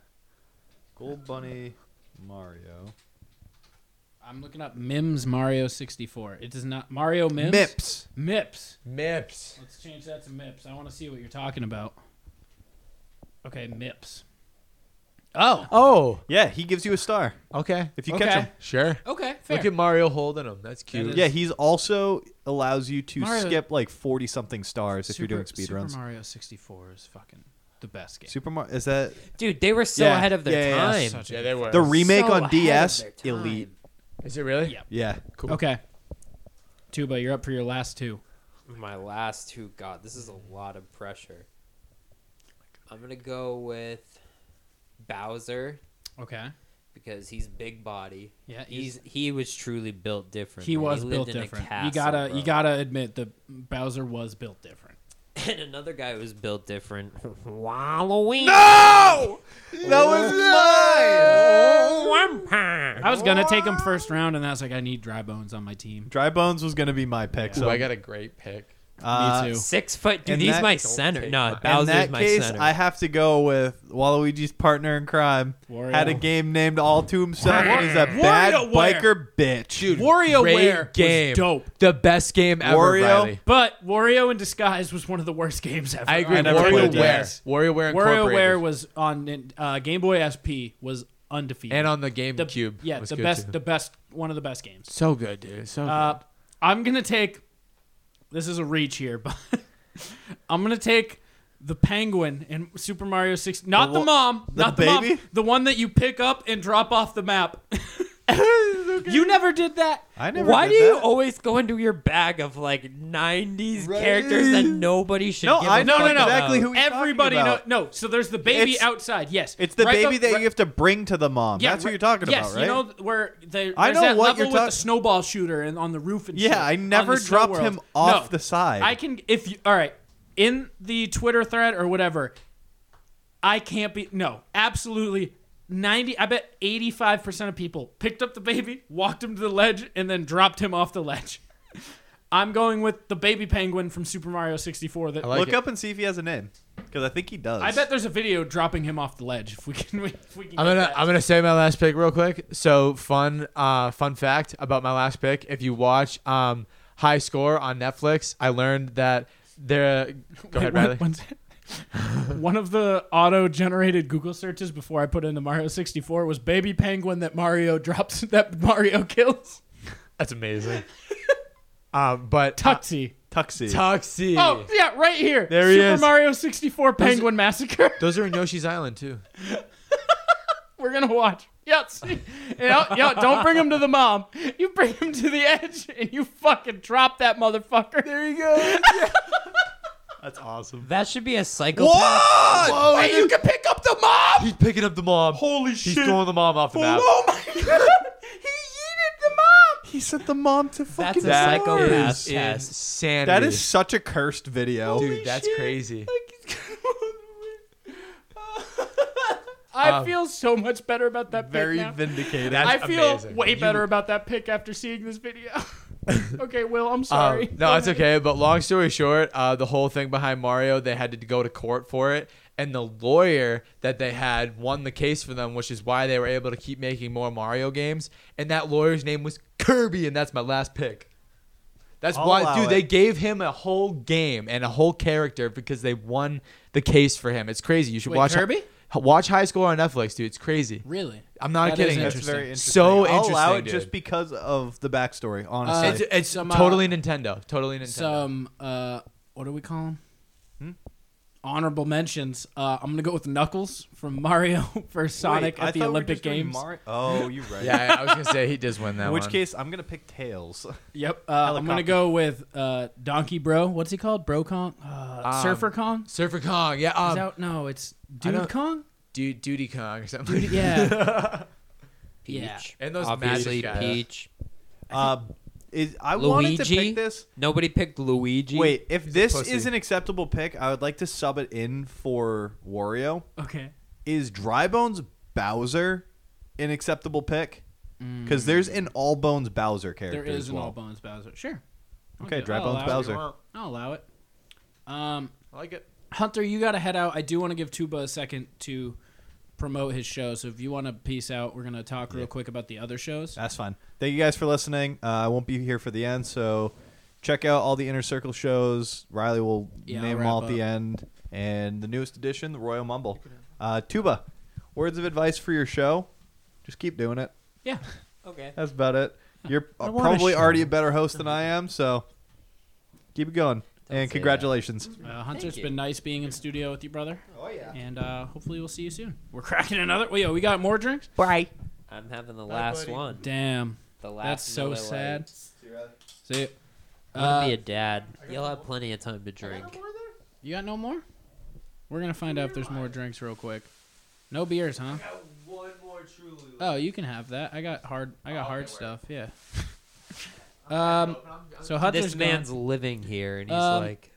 Gold bunny, Mario. I'm looking up Mims Mario 64. It does not Mario Mims. Mips. Mips. Mips. Let's change that to Mips. I want to see what you're talking about. Okay, Mips. Oh. Oh, Yeah, he gives you a star okay. if you Okay. catch him. Sure. Okay. Fair. Look at Mario holding him. That's cute. is- Yeah, he's also allows you to Mario- skip like forty something stars if you're doing speed Super runs. Mario 64 is fucking the best game. Super Mario is that Dude, they were so Yeah, ahead of their yeah, yeah, yeah. time. Yeah, they were. the remake So ahead on of DS? their time. Elite. Is it really? Yeah. Yeah. Cool. Okay. Tuba, you're up for your last two. My last two. God, this is a lot of pressure. I'm gonna go with Bowser Okay. because he's big body. Yeah, he's- he's he was truly built different. He man. was lived built in a different. you castle, gotta bro. you gotta admit the Bowser was built different. And another guy who was built different. Halloween. No, that was mine. I was gonna take him first round, and I was like, I need dry bones on my team. Dry Bones was gonna be my pick. Ooh, So I got a great pick. uh, Me too. Six foot. Dude, In he's that- my Don't center. take No, mine. Bowser's in that my case, center. I have to go with Waluigi's partner in crime. Wario. Had a game named all to himself and is a bad WarioWare. biker bitch. Dude, WarioWare was great game. dope. The best game ever. Wario? Riley. But Wario in Disguise was one of the worst games ever. I agree. I never played WarioWare. DS. WarioWare Incorporated. WarioWare was on uh, Game Boy SP was undefeated and on the GameCube. the Cube. Yeah, was the good, best, too. the best, one of the best games. so good, dude. So Uh, I'm gonna take. This is a reach here, but I'm gonna take the penguin in Super Mario Six. Not the, wo- mom, the not the mom, baby? the one that you pick up and drop off the map. You never did that. I never. Why did do you that. always go into your bag of like '90s characters that nobody should? No, give I a know fuck exactly about? who he's talking Everybody know. about. No, so there's the baby It's- outside. Yes, It's the Right baby bef- that right- you have to bring to the mom. Yeah, That's what right- you're talking yes, about, right? you know th- where there, I there's know that what level you're with the talk- snowball shooter and on the roof and Yeah, shit, I on never the snow dropped him world. off No, the side. I can if you all right in the Twitter thread or whatever. I can't be no absolutely. 90 I bet 85% of people picked up the baby, walked him to the ledge and then dropped him off the ledge. I'm going with the baby penguin from Super Mario 64 that I, like Look it. up and see if he has a name, because I think he does. bet there's a video dropping him off the ledge if we can if we can I'm get gonna that. I'm gonna say my last pick real quick. So fun uh fun fact about my last pick. If you watch um High Score on Netflix, I learned that there. Go ahead, Wait, Riley. one- one- One of the auto-generated Google searches before I put in the Mario 64 was "baby penguin that Mario drops that Mario kills." That's amazing. um, but uh, Tuxie. Tuxie. Tuxie. Oh yeah, right here. There he Super is. Mario 64 Penguin Massacre. Those are in Yoshi's Island too. We're gonna watch. Yeah, see, yo, yo, don't bring him to the mom. You bring him to the edge, and you fucking drop that motherfucker. There you go. That's awesome. That should be a psychopath. What? Whoa, Wait, you can pick up the mom. He's picking up the mom. Holy He's shit. throwing the mom off the map. Oh my he yeeted the mom. He sent the mom to That's fucking a That psychopath is test. insanity. That is such a cursed video. dude. That's crazy. I Um, feel so much better about that. pick Very now. vindicated. I That's feel amazing. way You- better about that pick after seeing this video. okay, Will, I'm Um, sorry. no, it's okay. But long story short, uh, the whole thing behind Mario, they had to go to court for it, and the lawyer that they had won the case for them, which is why they were able to keep making more Mario games. And that lawyer's name was Kirby, and that's my last pick. That's I'll why, allow dude. They it. gave him a whole game and a whole character because they won the case for him. It's crazy. You should Wait, watch Kirby? Watch High School on Netflix, dude. It's crazy. Really? I'm not That kidding. is That's Interesting. very interesting. So I'll allow interesting, it dude. just because of the Uh, backstory, honestly. It's, it's Some, uh, totally Nintendo. Totally Nintendo. Some, uh, what do we call them? Hmm? Honorable mentions. Uh, I'm gonna go with Knuckles from Mario versus Sonic Wait, I at the thought we were Olympic just doing Games. Mari- oh, you're right. yeah, I was gonna say he does win that. In which one. case, I'm gonna pick Tails. Yep. Uh, I'm gonna Helicopter. go with uh, Donkey Bro. What's he called? Bro Kong? Uh, Surfer Kong? Surfer Kong, yeah, Is um, that- no, it's I Dude don't- Kong. Du- Duty Kong or something. Yeah. Peach. Yeah. And those Obviously, magic guys. Peach. Uh, is, I wanted to Luigi? pick this. Nobody picked Luigi. Wait, if this pussy. is an acceptable pick, I would like to sub it in for Wario. okay. Is Dry Bones Bowser an acceptable pick? Because there's an All Bones Bowser character. There is as an well. all bones Bowser. Sure. Okay, Okay, Dry I'll Bones allow it. Bowser. I'll allow it. Um, I like it. Hunter, you got to head out. I do want to give Tuba a second to promote his show. So if you want to peace out, we're going to talk real quick about the other shows. That's fine. Thank you guys for listening. Uh, I won't be here for the end, so check out all the Inner Circle shows. Riley will Yeah, I'll name them all wrap at the up. end. And the newest edition, the Royal Mumble. Uh, Tuba, words of advice for your show? Just keep doing it. Yeah. Okay. That's about it. You're uh, want a probably show. already a better host than I am, so keep it going. say and that. congratulations. Uh, Hunter, it's you. been nice being in studio with you, brother. Oh, yeah. And uh, hopefully we'll see you soon. We're cracking another. Well, yo, we got more drinks? Bye. I'm having the last one. Damn. The last. That's so Miller Lite. sad. See ya. I'm gonna Uh, be a dad. You'll have plenty of time to drink. You got no more? We're going to find out if there's more drinks real quick. No beers, huh? One more truly. Oh, you can have that. I got hard. I got hard stuff. Yeah. um. So Hunter's This gone. man's living here, and he's Um, like,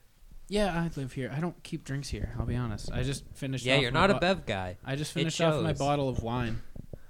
Yeah, I live here. I don't keep drinks here. I'll be honest. I just finished. "Yeah, off you're my not a bo- bev guy." I just finished off my shows. bottle of wine.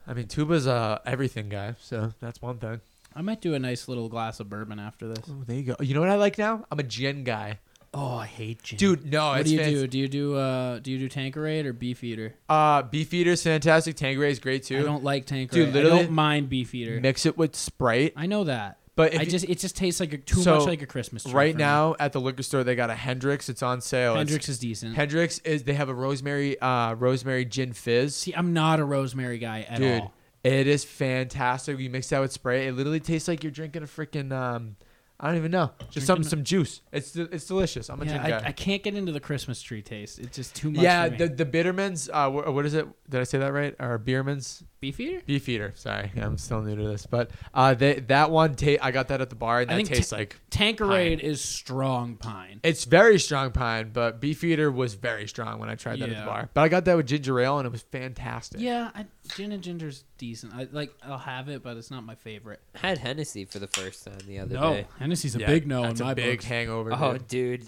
I mean, Tuba's uh everything guy, so that's one thing. I might do a nice little glass of bourbon after this. Oh, there you go. You know what I like now? I'm a gin guy, Oh, I hate you, dude. No, what it's do you fancy. do? Do you do uh do you do Tanqueray or Beefeater? Uh, Beefeater's fantastic. Tanqueray is great I too. don't like Tanqueray. Dude, literally- I don't mind Beefeater. Mix it with Sprite. I know that. But if I you- just it just tastes like a, too So, much like a Christmas tree Right for now at the liquor store, they got a Hendrix. It's on sale. me. It's- Hendrix is decent. Hendrix is. They have a rosemary, uh, rosemary gin fizz. See, I'm not a rosemary guy at Dude, all. it is fantastic. You mix that with spray. It literally tastes like you're drinking a freaking um, I don't even know, just some some juice. It's de- it's delicious. I'm a Yeah, gin guy. I, I can't get into the Christmas tree taste. It's just too much. yeah, for me. the the Bitterman's. Uh, wh- what is it? Did I say that right? Or Beerman's Beefeater. Beefeater. Sorry, I'm still new to this, but uh, they, that one ta- I got that at the bar, and I that think tastes ta- like Tanqueray is strong pine. it's very strong pine, but Beefeater was very strong when I tried that at Yeah. the bar. But I got that with ginger ale, and it was fantastic. Yeah, I, gin and ginger's decent. I like. I'll have it, but it's not my favorite. I had Hennessy for the first time the other day. Hennessy's a Yeah, big no in that's my a big books. hangover. Oh, dude. dude,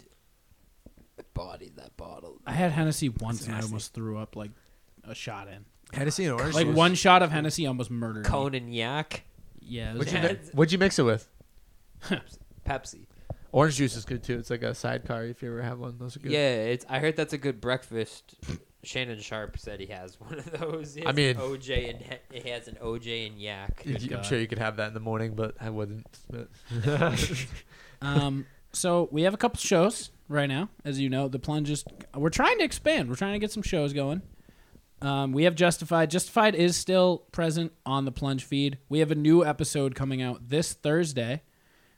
I bodied that bottle. I had Hennessy once and I almost threw up like a shot in. Hennessy and orange. Like juice. one shot of Hennessy almost murdered me. Conan Yak, Yeah, it was What'd you, bad. mi- what'd you mix it with? Pepsi. Orange juice is good too. It's like a sidecar if you ever have one. Those are good. Yeah, it's. I heard that's a good breakfast. Shannon Sharp said he has one of those. He has I an mean- OJ and he- he has an OJ and yak. You- I'm God. sure you could have that in the morning, but I wouldn't. But Um, so we have a couple shows right now. As you know, the plunge is. We're trying to expand. We're trying to get some shows going. Um, we have Justified. Justified is still present on the plunge feed. We have a new episode coming out this Thursday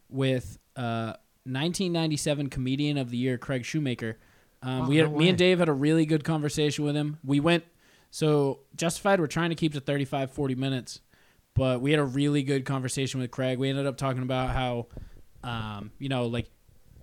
with uh, 1997 Comedian of the Year, Craig Shoemaker. Um, Wow, we had, Oh, no me and way. Dave had a really good conversation with him. We went so justified. We're trying to keep to 35, 40 minutes, but we had a really good conversation with Craig. We ended up talking about how, um, you know, like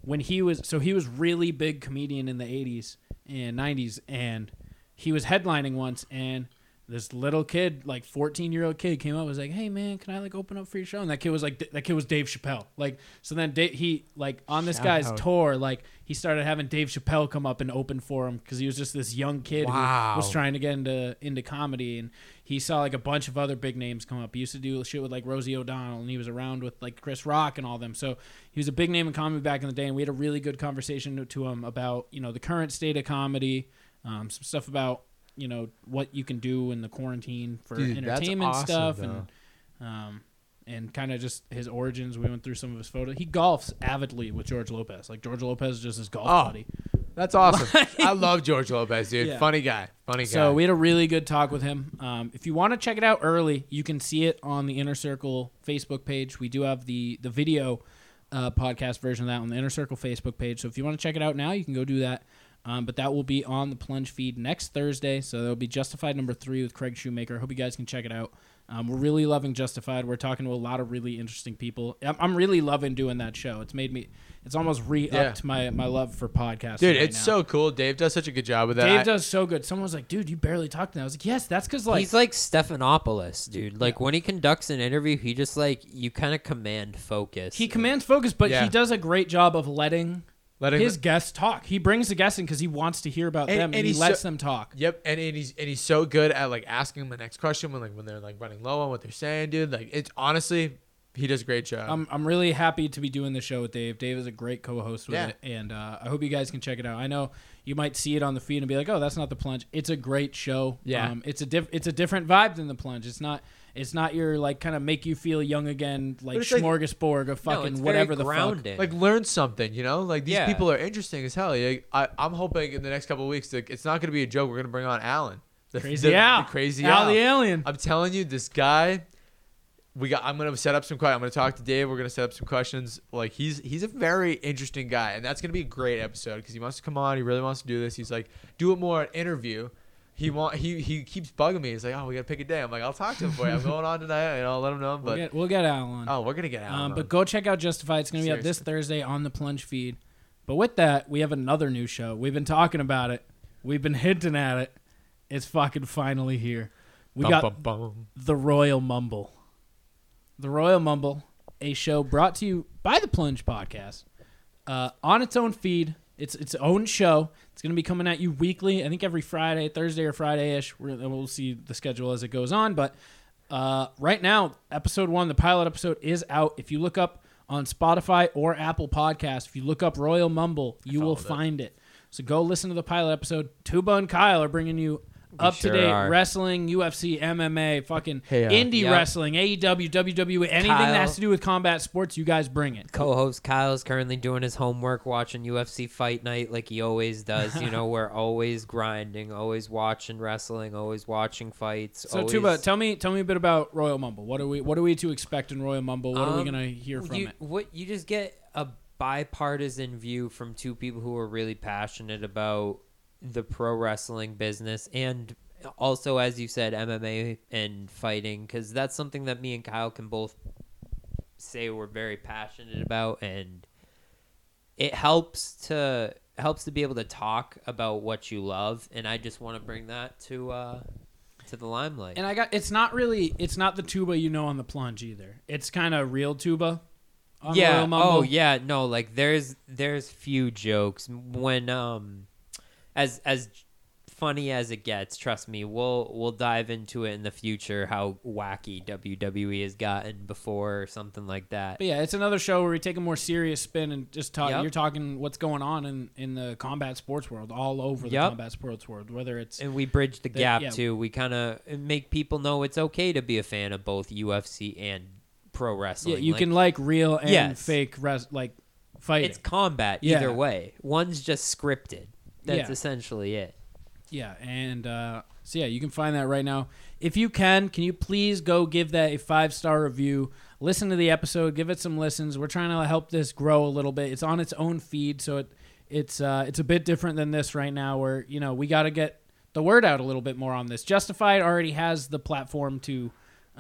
when he was so he was really big comedian in the 80s and 90s, and he was headlining once and. This little kid, like fourteen year old kid, came up and was like, "Hey man, can I like open up for your show?" And that kid was like, "That kid was Dave Chappelle." Like, so then Dave, he like on this Shout guy's out. tour, like he started having Dave Chappelle come up and open for him because he was just this young kid Wow. who was trying to get into into comedy, and he saw like a bunch of other big names come up. He used to do shit with like Rosie O'Donnell, and he was around with like Chris Rock and all them. So he was a big name in comedy back in the day, and we had a really good conversation to, to him about you know the current state of comedy, um, some stuff about you know what you can do in the quarantine for Dude, that's entertainment awesome, stuff though. and um and kind of just his origins. We went through some of his photos. He golfs avidly with George Lopez. Like George Lopez is just his golf Oh, buddy. That's awesome. I love George Lopez, dude. Yeah. Funny guy. Funny guy. So we had a really good talk with him. Um, if you want to check it out early, you can see it on the Inner Circle Facebook page. We do have the the video uh, podcast version of that on the Inner Circle Facebook page. So if you want to check it out now, you can go do that. Um, but that will be on the plunge feed next Thursday. So that'll be Justified number three with Craig Shoemaker. Hope you guys can check it out. Um, we're really loving Justified. We're talking to a lot of really interesting people. I'm, I'm really loving doing that show. It's made me. It's almost re-upped Yeah. my my love for podcasts. dude, right it's now. so cool. Dave does such a good job with that. Dave I- does so good. Someone was like, "Dude, you barely talk to them." I was like, "Yes, that's because like He's like Stephanopoulos, dude. Like when he conducts an interview, he just like you kind of command focus. he commands focus, but Yeah. he does a great job of letting, Letting his the- guests talk. He brings the guests in because he wants to hear about And- them, and, and he he's lets so- them talk. Yep, and, and he's and he's so good at like asking them the next question when like when they're like running low on what they're saying, dude. Like it's honestly, he does a great job. I'm I'm really happy to be doing the show with Dave. Dave is a great co-host with Yeah. it, and uh, I hope you guys can check it out. I know you might see it on the feed and be like, "Oh, that's not the plunge." It's a great show. Yeah. um, it's a diff- it's a different vibe than the plunge. It's not. It's not your like kind of make you feel young again like it's like- smorgasbord of No, fucking it's whatever very the fuck. grounding. like learn something, you know? Like these Yeah. people are interesting as hell. Like, I I'm hoping in the next couple of weeks, like it's not gonna be a joke. We're gonna bring on Alan, the Crazy the- Al. the crazy Al Al. the alien. I'm telling you, this guy. We got. I'm gonna set up some questions. I'm gonna talk to Dave. We're gonna set up some questions. Like he's he's a very interesting guy, and that's gonna be a great episode because he wants to come on. He really wants to do this. He's like, do it more an interview. He want he he keeps bugging me. He's like, oh, we gotta pick a day. I'm like, I'll talk to him for you. I'm going on tonight, and I'll let him know. We'll But get, we'll get Al on. oh, we're gonna get out. Um, but go check out Justified. It's going to be out this Thursday on the Plunge feed. But with that, we have another new show. We've been talking about it. We've been hinting at it. It's fucking finally here. We got the Royal Mumble. The Royal Mumble, a show brought to you by the Plunge Podcast, uh, on its own feed. It's its own show. It's going to be coming at you weekly. I think every Friday, Thursday or Friday ish. We'll see the schedule as it goes on. But uh, right now, episode one, the pilot episode, is out. If you look up on Spotify or Apple Podcasts, if you look up Royal Mumble, you will find it. So go listen to the pilot episode. Tuba and Kyle are bringing you up sure to date are. wrestling, UFC, MMA, fucking Hey, uh, indie Yep. wrestling, E AEW, WWE, anything Kyle. that has to do with combat sports, you guys bring it. co-host Kyle's currently doing his homework, watching UFC Fight Night like he always does. You know, we're always grinding, always watching wrestling, always watching fights. So always... Tuba, tell me tell me a bit about Royal Mumble. What are we what are we to expect in Royal Mumble? What are we Um, gonna hear from you, it? What you just get a bipartisan view from two people who are really passionate about the pro wrestling business and also as you said MMA and fighting cuz that's something that me and Kyle can both say we're very passionate about and it helps to helps to be able to talk about what you love and I just want to bring that to uh to the limelight. And I got it's not really it's not the tuba you know on the plunge either. It's kinda real tuba on yeah. Royal Mumble. Oh yeah, no, like there's there's few jokes when um as as funny as it gets, trust me, we'll we'll dive into it in the future how wacky WWE has gotten before or something like that. But yeah, it's another show where we take a more serious spin and just talk. Yep. You're talking what's going on in, in the combat sports world, all over the Yep. combat sports world, whether it's And we bridge the That- gap yeah. too. We kind of make people know it's okay to be a fan of both UFC and pro wrestling. Yeah, you Like, can like real and Yes. fake res- like fighting. It's combat Yeah. either way. One's just scripted. That's Yeah. essentially it. yeah, and uh, So yeah, you can find that right now. If you can, can you please go give that a five star review? Listen to the episode, give it some listens. We're trying to help this grow a little bit. It's on its own feed, so it it's uh, it's a bit different than this right now, where you know we got to get the word out a little bit more on this. Justified already has the platform to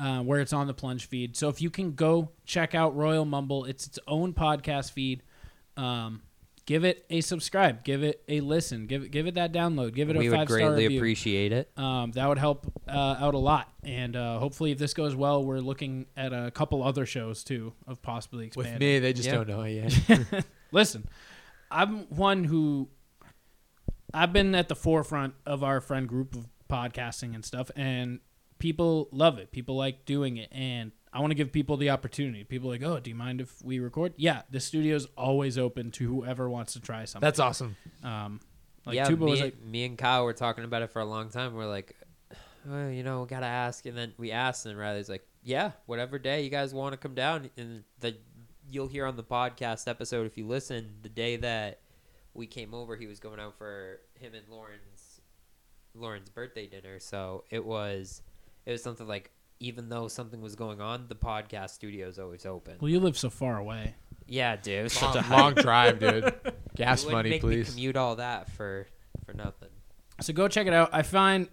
uh, where it's on the plunge feed. So if you can go check out Royal Mumble, it's its own podcast feed. Um, give it a subscribe, give it a listen, give it give it that download, give it we a would five star greatly review. appreciate it. Um, that would help uh, out a lot, and uh, hopefully, if this goes well, we're looking at a couple other shows too of possibly expanding. With me, they just don't know it yet. Listen, I'm one who I've been at the forefront of our friend group of podcasting and stuff, and people love it. People like doing it, and I want to give people the opportunity. People are like, oh, do you mind if we record? Yeah, the studio's always open to whoever wants to try something. That's awesome. Um, like yeah, Tuba me, was like, me and Kyle were talking about it for a long time. We're like, well, you know, we gotta ask, and then we asked, and Riley's like, yeah, whatever day you guys want to come down, and the you'll hear on the podcast episode if you listen the day that we came over, he was going out for him and Lauren's Lauren's birthday dinner, so it was it was something like even though something was going on, the podcast studio is always open. well, you live so far away. Yeah, dude, it was Long, such a hype. long drive, dude. Gas You wouldn't money, make Me please. commute all that for for nothing. So go check it out. I find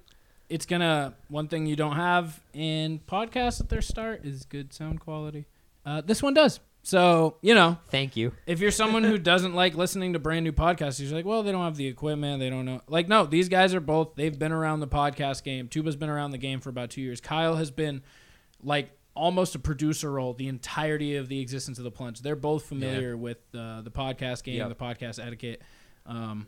it's gonna one thing you don't have in podcasts at their start is good sound quality. Uh, this one does. So you know, Thank you. if you're someone who doesn't like listening to brand new podcasts, you're like, well, they don't have the equipment, they don't know. Like, no, these guys are both. They've been around the podcast game. Tuba's been around the game for about two years. Kyle has been like almost a producer role the entirety of the existence of the plunge. They're both familiar with uh, the podcast game, Yep. the podcast etiquette. Um,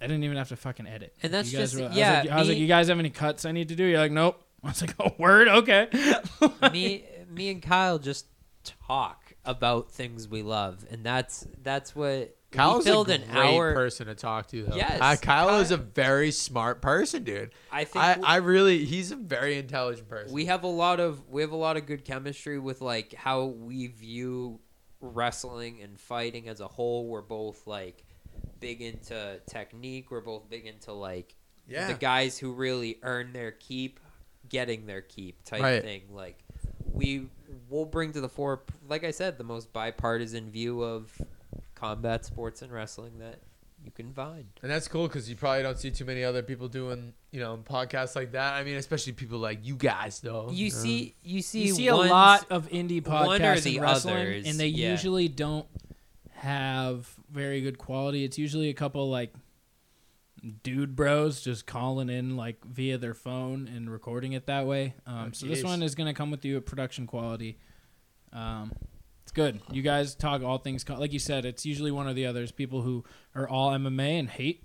I didn't even have to fucking edit. And that's You guys just- were- I was yeah, like- I was like, me- you guys have any cuts I need to do? You're like, nope. I was like, oh, word, okay. me me and Kyle just talk about things we love and that's that's what Kyle's we filled a an great hour person to talk to, though. Yes, Uh, Kyle, is a Kyle- very smart person, dude. I think I, we- I really, he's a very intelligent person. we have a lot of we have a lot of good chemistry with like how we view wrestling and fighting as a whole we're both like big into technique we're both big into like Yeah. the guys who really earn their keep getting their keep type Right. thing like we will bring to the fore like i said the most bipartisan view of combat sports and wrestling that you can find And that's cool because you probably don't see too many other people doing, you know, podcasts like that. I mean, especially people like you guys, though. you know? see you see Oh, you see a ones- lot of indie one or podcasts the and wrestling, others, and they yeah. usually don't have very good quality. It's usually a couple like dude bros just calling in like via their phone and recording it that way. Um, Oh, so this jeez. one is going to come with you at production quality. Um, it's good. You guys talk all things co- like you said. It's usually one or the others. People who are all MMA and hate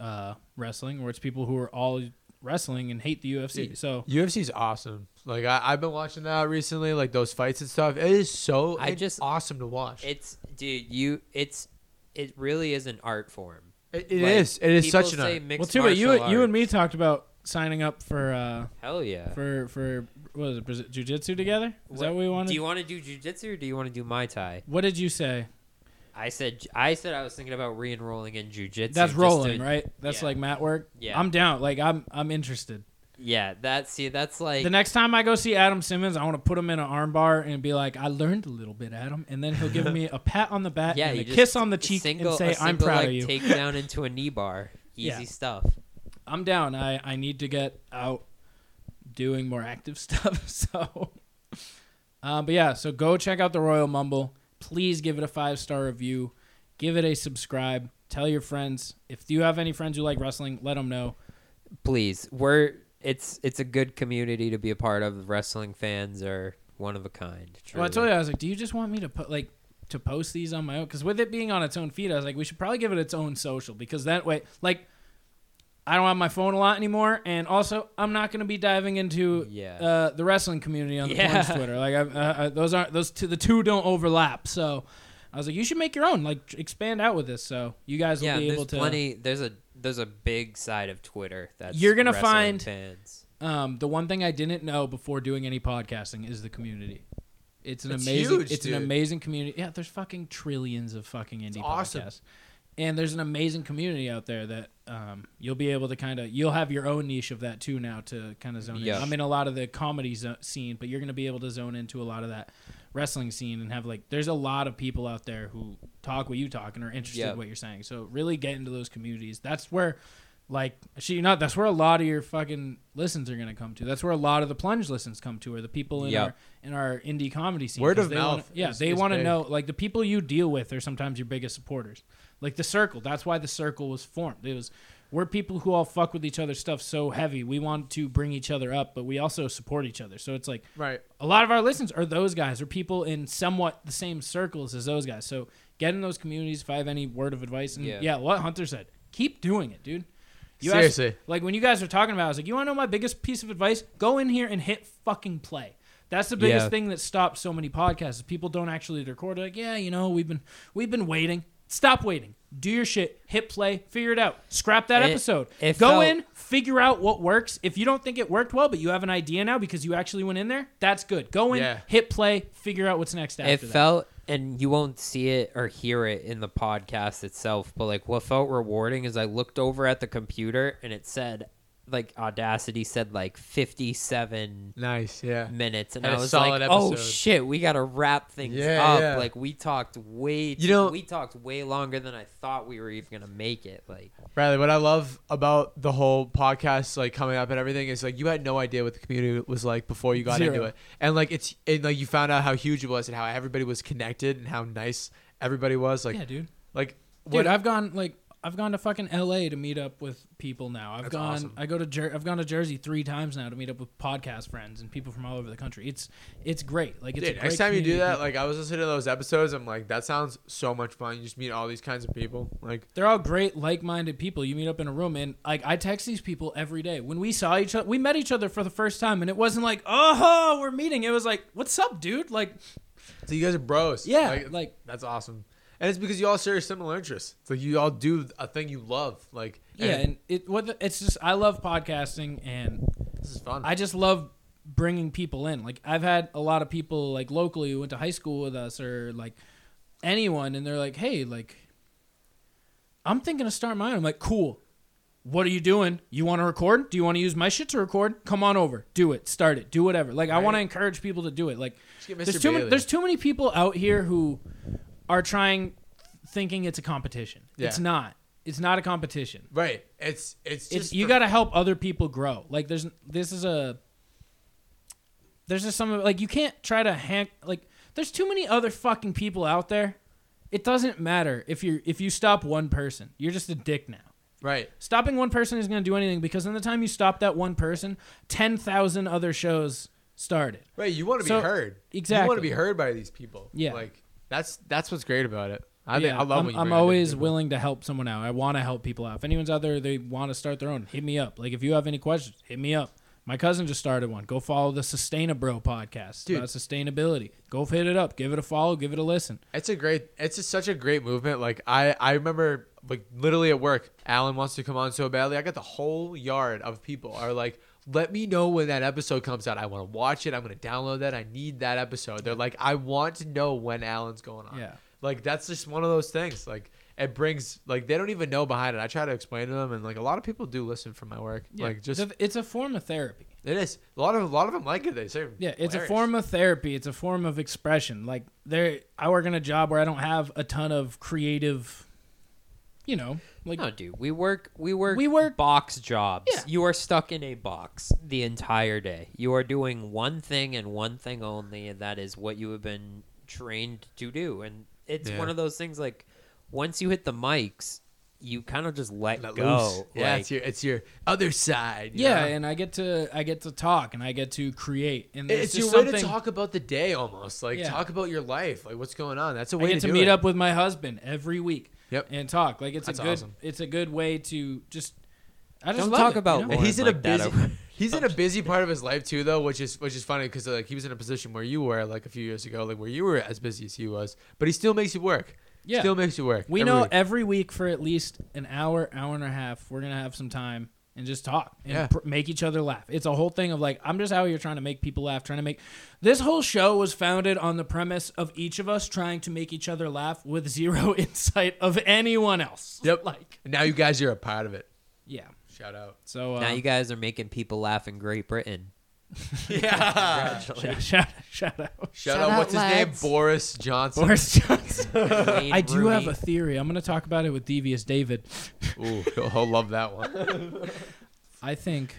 uh, wrestling, or it's people who are all wrestling and hate the UFC. So UFC's awesome. Like I, I've been watching that recently, like those fights and stuff. It is so I it's just- awesome to watch. It, It's dude, you it's it really is an art form. it It is. is. It is such an. art. mixed Well, too, but you martial you and me arts. talked about signing up for uh Hell yeah. for for what is it Braz- jujitsu together? Is What- that what we wanted? Do you want to do jujitsu or do you want to do Muay Thai? what did you say? I said I said I was thinking about re-enrolling in jujitsu. That's just rolling, to- right? That's yeah. like mat work. Yeah. I'm down. Like I'm I'm interested. Yeah, that see that's like The next time I go see Adam Simmons, I want to put him in an armbar and be like, "I learned a little bit, Adam," and then he'll give me a pat on the back yeah, and you a just kiss on the a cheek single, and a say, "I'm single, proud like, of you." Take down into a knee bar. Easy Yeah. stuff. I'm down. I I need to get out doing more active stuff. So, uh, but yeah, so go check out the Royal Mumble. Please give it a five star review. Give it a subscribe. Tell your friends. If you have any friends who like wrestling, let them know. Please, we're it's it's a good community to be a part of. Wrestling fans are one of a kind. Well, I truly. told you I was like, do you just want me to put like to post these on my own? Because with it being on its own feed, I was like, we should probably give it its own social because that way, like, I don't have my phone a lot anymore, and also I'm not going to be diving into Yeah. uh, the wrestling community on the Yeah. Plunge Twitter. Like, I, uh, I, those aren't those two. The two don't overlap. So I was like, you should make your own. Like, tr- expand out with this, so you guys will yeah, and be there's able to. plenty. There's a there's a big side of Twitter that's You're gonna wrestling find- fans. Um, the one thing I didn't know before doing any podcasting is the community. It's an It's amazing. huge, it's dude. an amazing community. Yeah, there's fucking trillions of fucking indie awesome. podcasts, and there's an amazing community out there that um, you'll be able to kind of you'll have your own niche of that too now to kind of zone Yeah. in. I'm in a lot of the comedy zo- scene, but you're going to be able to zone into a lot of that wrestling scene and have like there's a lot of people out there who talk what you talk and are interested Yeah. in what you're saying. So really get into those communities. That's where like shit you not that's where a lot of your fucking listens are going to come to. That's where a lot of the plunge listens come to are the people in Yeah. our in our indie comedy scene. Word 'cause of they wanna- mouth yeah, is- they is want to big. know like the people you deal with are sometimes your biggest supporters. Like the circle, that's why the circle was formed. It was we're people who all fuck with each other's stuff so heavy. We want to bring each other up, but we also support each other. So it's like Right. a lot of our listeners are those guys, or people in somewhat the same circles as those guys. So get in those communities if I have any word of advice. And Yeah. yeah, what Hunter said, keep doing it, dude. asked- Seriously. like when you guys were talking about, it, I was like, you want to know my biggest piece of advice? Go in here and hit fucking play. That's the biggest Yeah. thing that stops so many podcasts. is People don't actually record. They're like, yeah, you know, we've been we've been waiting. Stop waiting. Do your shit. Hit play. Figure it out. Scrap that It- episode. it Go felt- in, figure out what works. If you don't think it worked well, but you have an idea now because you actually went in there, that's good. Go in, Yeah. hit play, figure out what's next after it that. felt and you won't see it or hear it in the podcast itself but like what felt rewarding is i looked over at the computer and it said like audacity said like 57 Nice. Yeah. minutes and i Had a was solid like oh episode." shit we gotta wrap things Yeah, up yeah. like we talked way You know- we talked way longer than i thought we were even gonna make it like Bradley, what I love about the whole podcast, like coming up and everything, is like you had no idea what the community was like before you got Zero. into it, and like it's and like you found out how huge it was and how everybody was connected and how nice everybody was. Like, yeah, dude. like Dude, what I've gone like I've gone to fucking L.A. to meet up with people now. I've That's gone. awesome. I go to Jer- I've gone to Jersey three times now to meet up with podcast friends and people from all over the country. It's it's great. Like it's a Dude, great next time you do community. that, like I was listening to those episodes, I'm like, that sounds so much fun. You just meet all these kinds of people. Like, they're all great, like-minded people. You meet up in a room, and like I text these people every day. When we saw each other, we met each other for the first time, and it wasn't like, oh, we're meeting. It was like, what's up, dude? Like, so you guys are bros. Yeah, like- that's awesome. And it's because you all share similar interests. It's like you all do a thing you love. Like, yeah, and it what the, it's just I love podcasting, and this is fun. I just love bringing people in. Like I've had a lot of people like locally who went to high school with us or like anyone, and they're like, "Hey, like I'm thinking of starting my own." I'm like, "Cool. What are you doing? You want to record? Do you want to use my shit to record? Come on over. Do it. Start it. Do whatever." Like I want to encourage people to do it. Like get Mr. there's too many, Bailey. there's too many people out here who are trying thinking it's a competition. It's Yeah. not. It's not a competition right. It's it's just it's, you for- got to help other people grow. Like there's this is a there's just some of like you can't try to hack like there's too many other fucking people out there. It doesn't matter if you if you stop one person. You're just a dick now. right. Stopping one person isn't going to do anything because in the time you stop that one person, 10,000 other shows started. Right, you want to So- be heard. You want exactly. to be heard by these people. Yeah. like that's that's what's great about it. I think I love am when you I'm bring other always people. willing to help someone out. I want to help people out. If anyone's out there, they want to start their own, hit me up. Like if you have any questions, hit me up. My cousin just started one. Go follow the Sustainabro podcast It's Dude. about sustainability. Go hit it up. Give it a follow. Give it a listen. It's a great. It's just such a great movement. Like I, I remember like literally at work, Alan wants to come on so badly. I got the whole yard of people are like, let me know when that episode comes out. I want to watch it. I'm gonna download that. I need that episode. They're like, I want to know when Alan's going on. Yeah. Like that's just one of those things. Like it brings like they don't even know behind it. I try to explain to them, and like a lot of people do listen from my work. Like just It's a- it's a form of therapy. it is a lot of a lot of them like it. They say Yeah, it's hilarious. a form of therapy. It's a form of expression. Like there, I work in a job where I don't have a ton of creative, you know, like Oh, no dude we work we work We work- box jobs Yeah. you are stuck in a box the entire day you are doing one thing and one thing only and that is what you have been trained to do and it's Yeah. one of those things like once you hit the mics you kind of just let, Let go loose. Yeah, like, Oh, it's your it's your other side. you yeah, know? and I get to I get to talk and I get to create and there's it's your just way to something- talk about the day almost like Yeah. talk about your life like what's going on that's a I way get to, to, do meet it. up with my husband every week. Yep. And talk like it's That's a good awesome. it's a good way to just I just don't love talk it, about you know? Lauren he's in a like that busy over- he's in a busy part of his life too though which is which is funny because like he was in a position where you were like a few years ago like where you were as busy as he was but he still makes you work Yeah. still makes you work We every know week. every week for at least an hour, hour and a half, we're gonna have some time and just talk and Yeah. pr- make each other laugh. It's a whole thing of like I'm just out here trying to make people laugh, trying to make This whole show was founded on the premise of each of us trying to make each other laugh with zero insight of anyone else. Yep. Like now you guys are a part of it. Yeah. Shout out. So uh, now you guys are making people laugh in Great Britain. Yeah. shout, shout, shout out. Shout out. What's his name? Boris Johnson. Boris Johnson. Wayne I do have Rooney. a theory. I'm going to talk about it with Devious David. Ooh, he'll love that one. I think.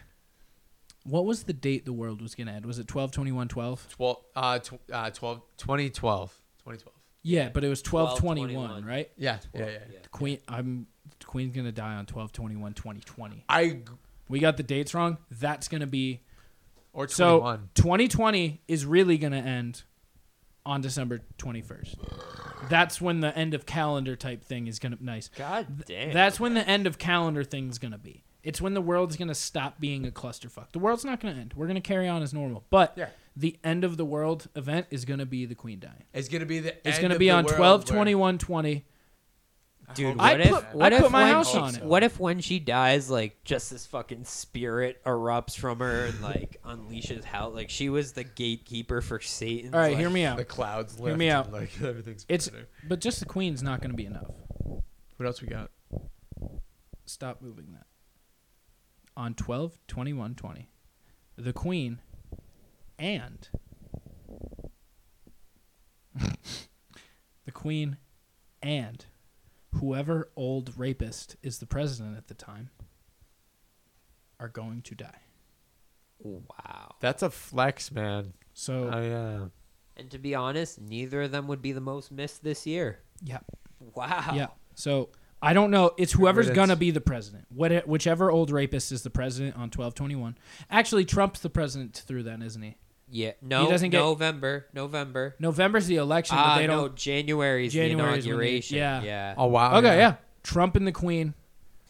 What was the date the world was going to end? Was it 12, 21, 12? 12, uh, tw- uh, 12, 2012. 2012. Yeah, but it was 12, 12, 21, 21. right? Yeah. Yeah. Yeah. Yeah. Queen, I'm Queen's going to die on 12, 21, 2020. I We got the dates wrong. That's going to be. or So 21. 2020 is really going to end on December 21st. That's when the end of calendar type thing is going to. Nice. God Eh. damn. That's when the end of calendar thing's gonna be. It's when the world's gonna stop being a clusterfuck. The world's not gonna end. We're gonna carry on as normal. But Yeah. the end of the world event is gonna be the queen dying. it's gonna be the. It's end gonna of be the on world 12, where- 21, 20. Dude, I what if, put- what I if put my when house she- on it. What if when she dies, like just this fucking spirit erupts from her and like unleashes hell? Like she was the gatekeeper for Satan. All right, like, hear me The out. clouds lift. Hear me out. and, Like everything's. It's better. but just the queen's not gonna be enough. What else we got? Stop moving that. On 12, 21, 20, the queen and the queen and whoever old rapist is the president at the time are going to die. Wow. That's a flex, man. Oh, So I am. And to be honest, neither of them would be the most missed this year. yeah, Wow. yeah. So I don't know. It's whoever's riddance. gonna be the president. What whichever old rapist is the president on 12, 21. Actually, Trump's the president through then, isn't he? Yeah. No. doesn't get- November. November. November's the election, Ah, but they no. don't January's January's the when you- inauguration. yeah. Yeah. Oh wow. okay, yeah. Trump and the Queen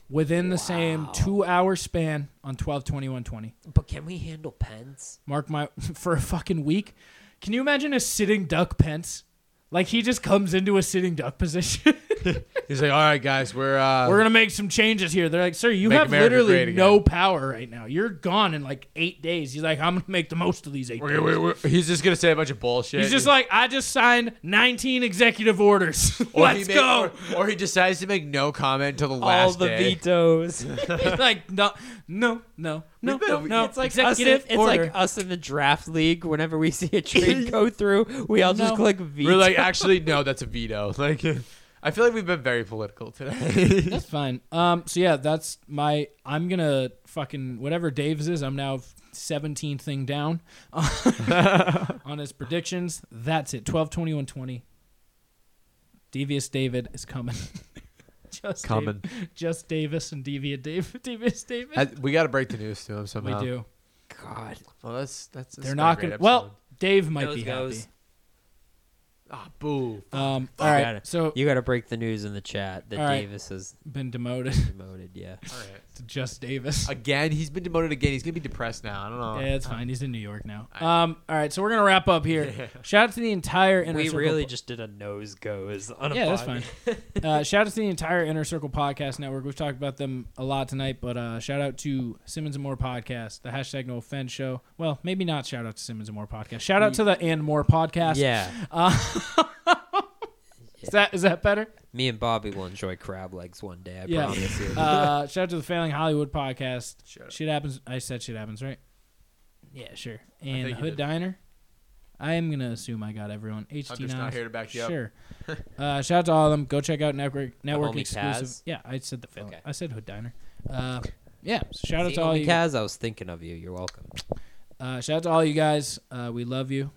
within the same two hour span on 12 21 20. Oh, But can we handle Pence? Mark my for a fucking week. Can you imagine a sitting duck Pence? Like he just comes into a sitting duck position. He's like, all right, guys, we're uh, We're gonna make some changes here. They're like, sir, you Make have America great literally again. no power right now. You're gone in like eight days. He's like, I'm gonna make the most of these 8 we're, days. we're, we're, he's just gonna say a bunch of bullshit. He's just like, I just signed 19 executive orders. Or he Let's make- go. Or, or he decides to make no comment until the last day. vetoes. It's like no, no, no, no, We've been- no, we- no. it's like executive us in, it's order. like us in the draft league. Whenever we see a trade go through, we all just No. click veto. We're like, actually, no, that's a veto. Like, I feel like we've been very political today. that's fine. Um, so yeah, that's my. I'm gonna fucking whatever Dave's is. I'm now 17 thing down on his predictions. That's it. 12, 21, 20. Devious David is coming. just Coming. Dave- just Davis and Deviant David. Devious David. I- we got to break the news to him we somehow. do. God, Well, that's that's. that's They're been a not great gonna. episode. Well, Dave might Goes, be goes. ah, boo. happy. Um, You all right. gotta- So you got to break the news in the chat that All right. Davis has been demoted demoted. Yeah, All right. to just Davis. Again, he's been demoted again. He's gonna be depressed now. I don't know. Yeah, it's fine. He's in New York now. Um, all right, so we're gonna wrap up here. Shout out to the entire inner we circle. really po- just did a nose goes on a yeah, that's fine. podcast. uh, shout out to the entire inner circle podcast network. We've talked about them a lot tonight, but uh, shout out to Simmons and More podcast, the hashtag No Offense show. Well, maybe not. Shout out to Simmons and More podcast. Shout out to the and More podcast. Yeah, is that is that better? me and Bobby will enjoy crab legs one day. I Yeah. promise you. Uh, shout out to the Failing Hollywood podcast. Shut up. Shit happens. I said shit happens, right? Yeah, sure. And the think you Hood did. Diner. I am gonna assume I got everyone. HT9. just not here to back you up. Sure. uh, shout out to all of them. Go check out network network homie exclusive. Taz? Yeah, I said the Failing. Okay. I said Hood Diner. Uh, yeah. so shout out See, to all homie you. Kaz, I was thinking of you. You're welcome. Uh, shout out to all you guys. Uh, we love you,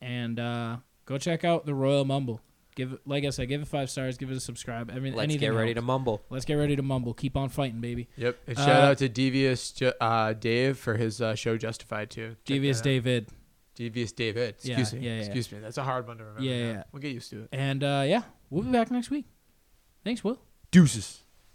and uh, go check out the Royal Mumble. Give like I said, give it five stars. Give it a subscribe. Every, Let's get ready to mumble. Let's get ready to mumble. Keep on fighting, baby. Yep. And Uh, shout out to Devious Ju- uh, Dave for his uh, show Justified too. Check Devious that out. David. Devious David. Yeah, Excuse me. yeah, yeah. Excuse me. That's a hard one to remember. Yeah, now. yeah. We'll get used to it. And uh, yeah, we'll be back next week. Thanks, Will. Deuces.